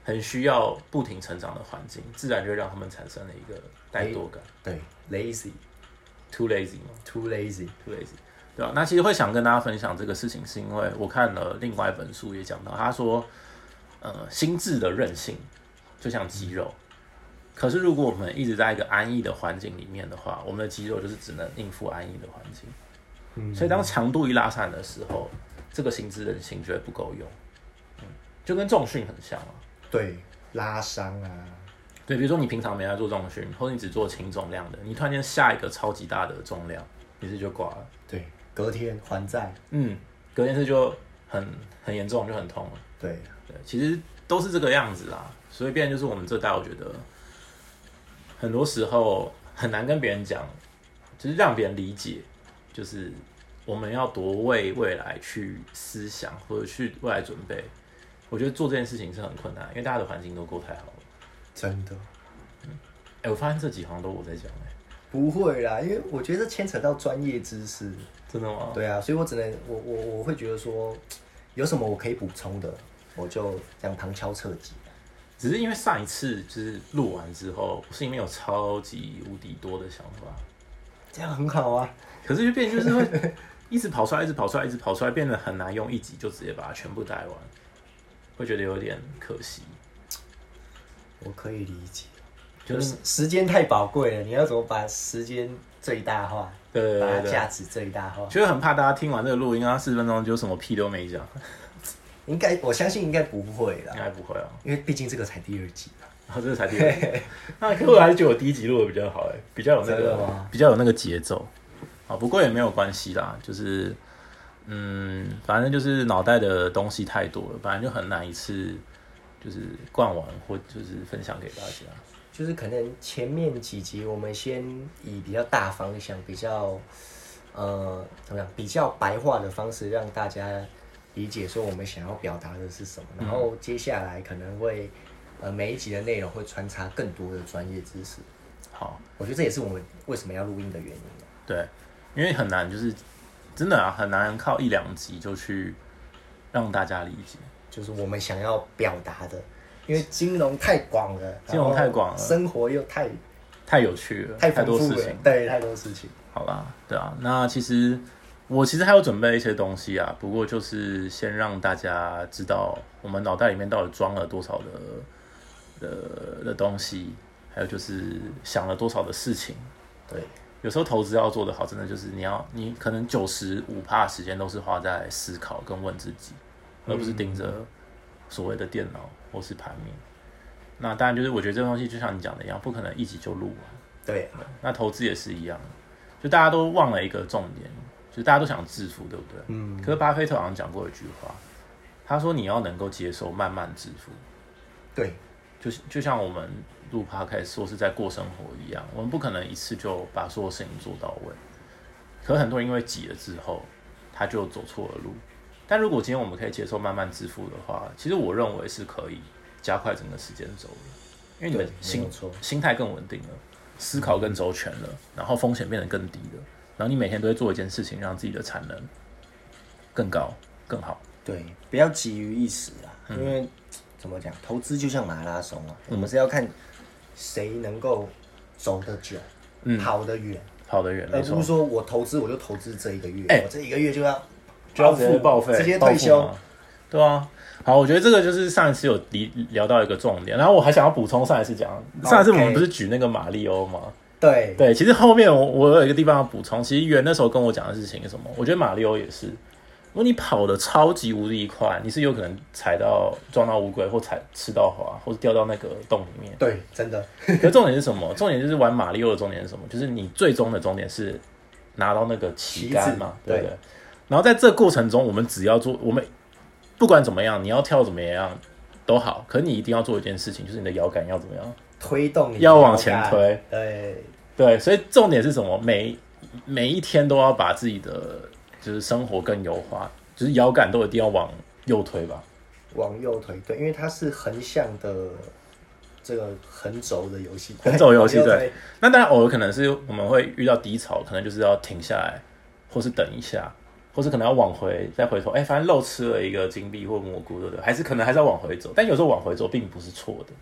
A: 很需要不停成长的环境，自然就会让他们产生了一个怠惰感
B: 对，lazy
A: ，too lazy 嘛。
B: too lazy，
A: 对对啊，那其实会想跟大家分享这个事情，是因为我看了另外一本书也讲到，他说，呃，心智的韧性就像肌肉，可是如果我们一直在一个安逸的环境里面的话，我们的肌肉就是只能应付安逸的环境，所以当强度一拉散的时候，这个心智韧性就会不够用，嗯，就跟重训很像啊。
B: 对，拉伤啊，
A: 对，比如说你平常没在做重训，或者你只做轻重量的，你突然间下一个超级大的重量，你是就挂了。
B: 对，隔天还债，
A: 嗯，隔天是就很很严重，就很痛了。
B: 对，啊
A: 对，其实都是这个样子啦。所以，变成就是我们这代，我觉得很多时候很难跟别人讲，就是让别人理解，就是我们要多为未来去思想或者去未来准备。我觉得做这件事情是很困难，因为大家的环境都够太好了。
B: 真的
A: 哎、我发现这几行都我在讲、哎，
B: 不会啦，因为我觉得牵扯到专业知识，
A: 真的吗？
B: 对啊，所以我只能我我我会觉得说，有什么我可以补充的，我就这样旁敲侧击。
A: 只是因为上一次就是录完之后，我心里面有超级无敌多的想法，
B: 这样很好啊。
A: 可是就变就是会 一直跑出来，一直跑出来，一直跑出来，变得很难用一集就直接把它全部带完，会觉得有点可惜。
B: 我可以理解，
A: 就
B: 就是
A: 嗯
B: 是时间太宝贵了，你要怎么把时间最大化，
A: 对对
B: 把
A: 对
B: 它
A: 对
B: 价值最大化？
A: 就是很怕大家听完这个录音啊，四分钟就什么屁都没 讲，
B: 应该我相信应该不会
A: 应
B: 啦，
A: 该不会啊。
B: 因为毕竟这个才第二集嘛。
A: 然后这个才第二集， 那可我还是觉得我第一集录的比较好哎、比较有那
B: 真的
A: 个
B: 吗
A: 比较有那个节奏啊。不过也没有关系啦，就是嗯，反正就是脑袋的东西太多了，本来就很难一次就是灌完或就是分享给大家。
B: 就是可能前面几集我们先以比较大方向、比较呃怎么样、比较白话的方式让大家理解说我们想要表达的是什么，
A: 嗯
B: 然后接下来可能会呃每一集的内容会穿插更多的专业知识，
A: 好，
B: 我觉得这也是我们为什么要录音的原因啊。
A: 对，因为很难，就是真的啊，很难靠一两集就去让大家理解。
B: 就是我们想要表达的，因为金融太广了，
A: 金融太广了
B: 然后生活又太
A: 太有趣了，
B: 太
A: 太多
B: 丰
A: 事
B: 富了
A: 情。
B: 对，太多事情。
A: 好啦，对啊，那其实我其实还有准备一些东西啊，不过就是先让大家知道我们脑袋里面到底装了多少的的的东西，还有就是想了多少的事情。
B: 对，
A: 有时候投资要做得好，真的就是你要你可能九十五趴时间都是花在思考跟问自己，而不是盯着所谓的电脑或是盘面。那当然就是我觉得这东西就像你讲的一样，不可能一集就录完。
B: 对啊，
A: 那投资也是一样，就大家都忘了一个重点，就大家都想致富，对不对？
B: 嗯。
A: 可是巴菲特好像讲过一句话，他说你要能够接受慢慢致富，
B: 对，
A: 就就像我们录 p o d 说是在过生活一样，我们不可能一次就把所有事情做到位。可很多人因为急了之后，他就走错了路。但如果今天我们可以接受慢慢致富的话，其实我认为是可以加快整个时间轴的，因为你的
B: 对没
A: 心
B: 有错
A: 心态更稳定了，思考更周全了，然后风险变得更低了，然后你每天都会做一件事情，让自己的产能更高更好。
B: 对，不要急于一时啦，
A: 嗯
B: 因为怎么讲，投资就像马拉松啊，我们是要看谁能够走得久，跑得远，
A: 跑得远，嗯
B: 而
A: 没
B: 不
A: 错
B: 是。说我投资我就投资这一个月，
A: 哎
B: 我这一个月就要
A: 就要直接报废，
B: 直接
A: 报
B: 退
A: 复
B: 休
A: 嘛。对啊，好，我觉得这个就是上一次有聊聊到一个重点，然后我还想要补充上一次讲，上一次我们不是举那个马里欧吗？
B: 对，
A: 对，其实后面我我有一个地方要补充，其实袁那时候跟我讲的事情是什么？我觉得马里欧也是，如果你跑的超级无敌快，你是有可能踩到撞到乌龟，或踩吃到花，或者掉到那个洞里面。
B: 对，真的，
A: 可是重点是什么？重点就是玩马里奥的重点是什么？就是你最终的终点是拿到那个旗杆嘛，
B: 旗子
A: 对不对？然后在这过程中，我们只要做，我们不管怎么样，你要跳怎么样都好，可是你一定要做一件事情，就是你的摇杆要怎么样？
B: 推动你
A: 要往前推。
B: 对，
A: 对，所以重点是什么？每每一天都要把自己的就是生活更优化，就是摇杆都一定要往右推吧。
B: 往右推，对，因为它是横向的这个横轴的游戏，
A: 很走游戏
B: 往右推
A: 对。那当然，偶尔可能是我们会遇到低潮，可能就是要停下来，或是等一下，或是可能要往回再回头。哎、反正漏吃了一个金币或蘑菇，对不对？还是可能还是要往回走，但有时候往回走并不是错的，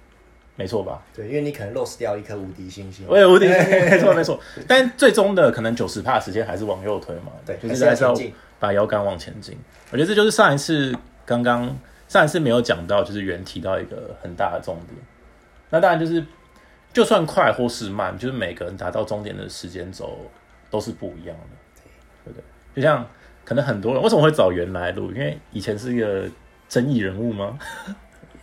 A: 没错吧？
B: 对，因为你可能 lost 掉一颗无敌星星，
A: 哎我也无敌，没错没错。但最终的可能九十帕时间还是往右推嘛，
B: 对
A: 就是还是要
B: 还是要前进
A: 把摇杆往前进。我觉得这就是上一次刚刚上一次没有讲到，就是原提到一个很大的重点。那当然就是，就算快或是慢，就是每个人达到终点的时间轴都是不一样的，对不对？就像可能很多人为什么会找原来录，因为以前是一个争议人物吗？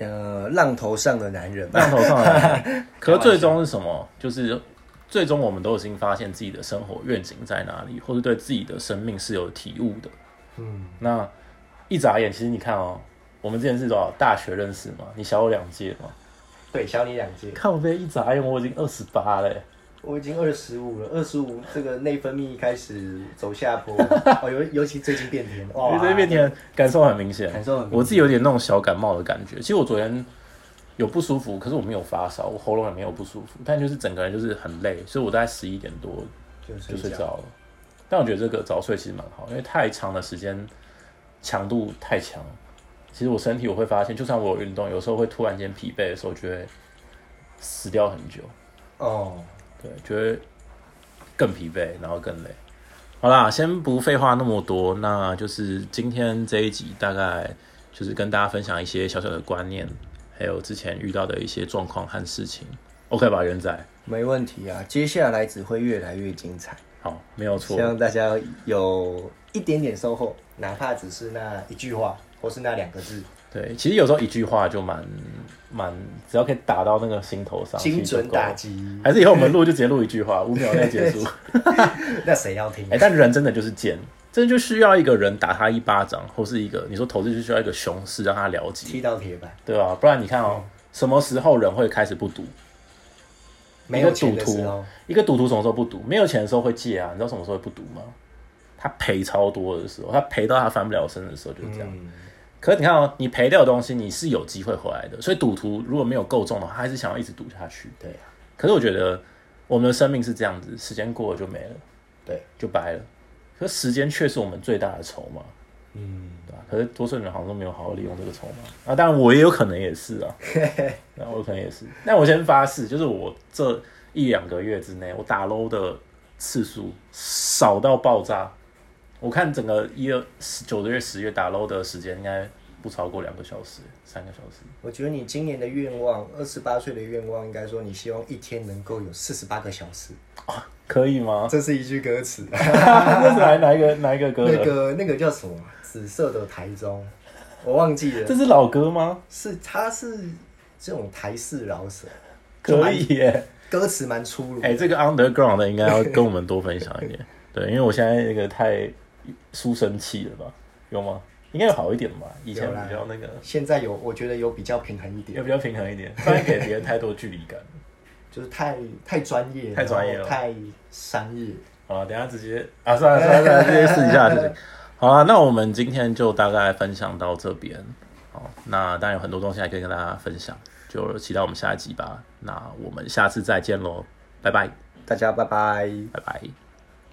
D: 呃，浪头上的男人吧。
A: 浪头上 来。可是最终是什么？就是最终我们都已经发现自己的生活愿景在哪里，或是对自己的生命是有体悟的。嗯，那一眨眼，其实你看哦，我们之前是多少大学认识嘛？你小我两届嘛？
B: 对，小你两届，
A: 看我被一眨眼，我已经二十八嘞。
B: 我已经二十五了，二十五这个内分泌开始走下坡，哦，尤尤其最近变甜，哇，
A: 这边天感受很明显，
B: 感受很明显
A: 我自己有点那种小感冒的感觉。其实我昨天有不舒服，可是我没有发烧，我喉咙也没有不舒服，但就是整个人就是很累，所以我大概十一点多
B: 就
A: 就
B: 睡
A: 睡
B: 觉，
A: 着了。但我觉得这个早睡其实蛮好，因为太长的时间强度太强，其实我身体我会发现，就算我有运动，有时候会突然间疲惫的时候，就会死掉很久，
B: 哦，
A: 对，就会更疲惫，然后更累。好啦，先不废话那么多，那就是今天这一集大概就是跟大家分享一些小小的观念，还有之前遇到的一些状况和事情，OK 吧，元仔？
D: 没问题啊，接下来只会越来越精彩，
A: 好，没有错
D: 希。望大家有一点点收获。
B: 哪怕只是那一句话，或是那两个字，
A: 对，其实有时候一句话就蛮蛮，只要可以打到那个心头上，
B: 精准打
A: 击。
B: 击，
A: 还是以后我们录就直接录一句 话，五秒内结束。
B: 那谁要听啊
A: 哎、？但人真的就是贱，真的就需要一个人打他一巴掌，或是一个你说投资就需要一个熊市让他了解，
B: 踢到铁板，
A: 对吧、不然你看
B: 嗯
A: 哦，什么时候人会开始不赌？
B: 没有钱的时
A: 一个
B: 候，
A: 一个赌徒什么时候不赌？没有钱的时候会借啊，你知道什么时候会不赌吗？他赔超多的时候，他赔到他翻不了身的时候就是这样。
B: 嗯，
A: 可是你看哦，你赔掉的东西你是有机会回来的，所以赌徒如果没有够重的话，他还是想要一直赌下去。
B: 对啊，
A: 可是我觉得我们的生命是这样子，时间过了就没了，
B: 对，
A: 就白了。可是时间却是我们最大的筹码，
B: 嗯，
A: 对吧？可是多数人好像都没有好好利用这个筹码啊。当然，我也有可能也是 啊，那我可能也是。但我先发誓，就是我这一两个月之内，我打 low 的次数少到爆炸。我看整个一二十九个月、十月打 low 的时间应该不超过两个小时、三个小时。
B: 我觉得你今年的愿望，二十八岁的愿望，应该说你希望一天能够有四十八个小时，
A: 可以吗？
B: 这是一句歌词。
A: 这是哪哪一个哪一个歌的？
B: 那个那个叫什么啊？紫色的台中，我忘记
A: 这
B: 了，
A: 是老歌吗？
B: 是它是这种台式饶舌，就
A: 可
B: 蛮
A: 以耶！
B: 歌词蛮粗鲁 的。
A: 哎、这个 underground 的应该要跟我们多分享一点。 对，因为我现在那个太书生气了吧？有吗？应该有好一点吧？以前
B: 有啦
A: 比较那个，
B: 现在有，我觉得有比较平衡一
A: 也
B: 点，
A: 比较平衡一点，不然给别人太多距离感。
B: 就是太太专业，
A: 太专业
B: 然
A: 了
B: 后太商业。
A: 好了，等一下直接啊，算了算了算了，直接试一下的事情。 好了，那我们今天就大概分享到这边。好，那当然有很多东西还可以跟大家分享，就期待我们下一集吧。那我们下次再见喽，拜拜，
D: 大家拜拜。
A: 拜拜。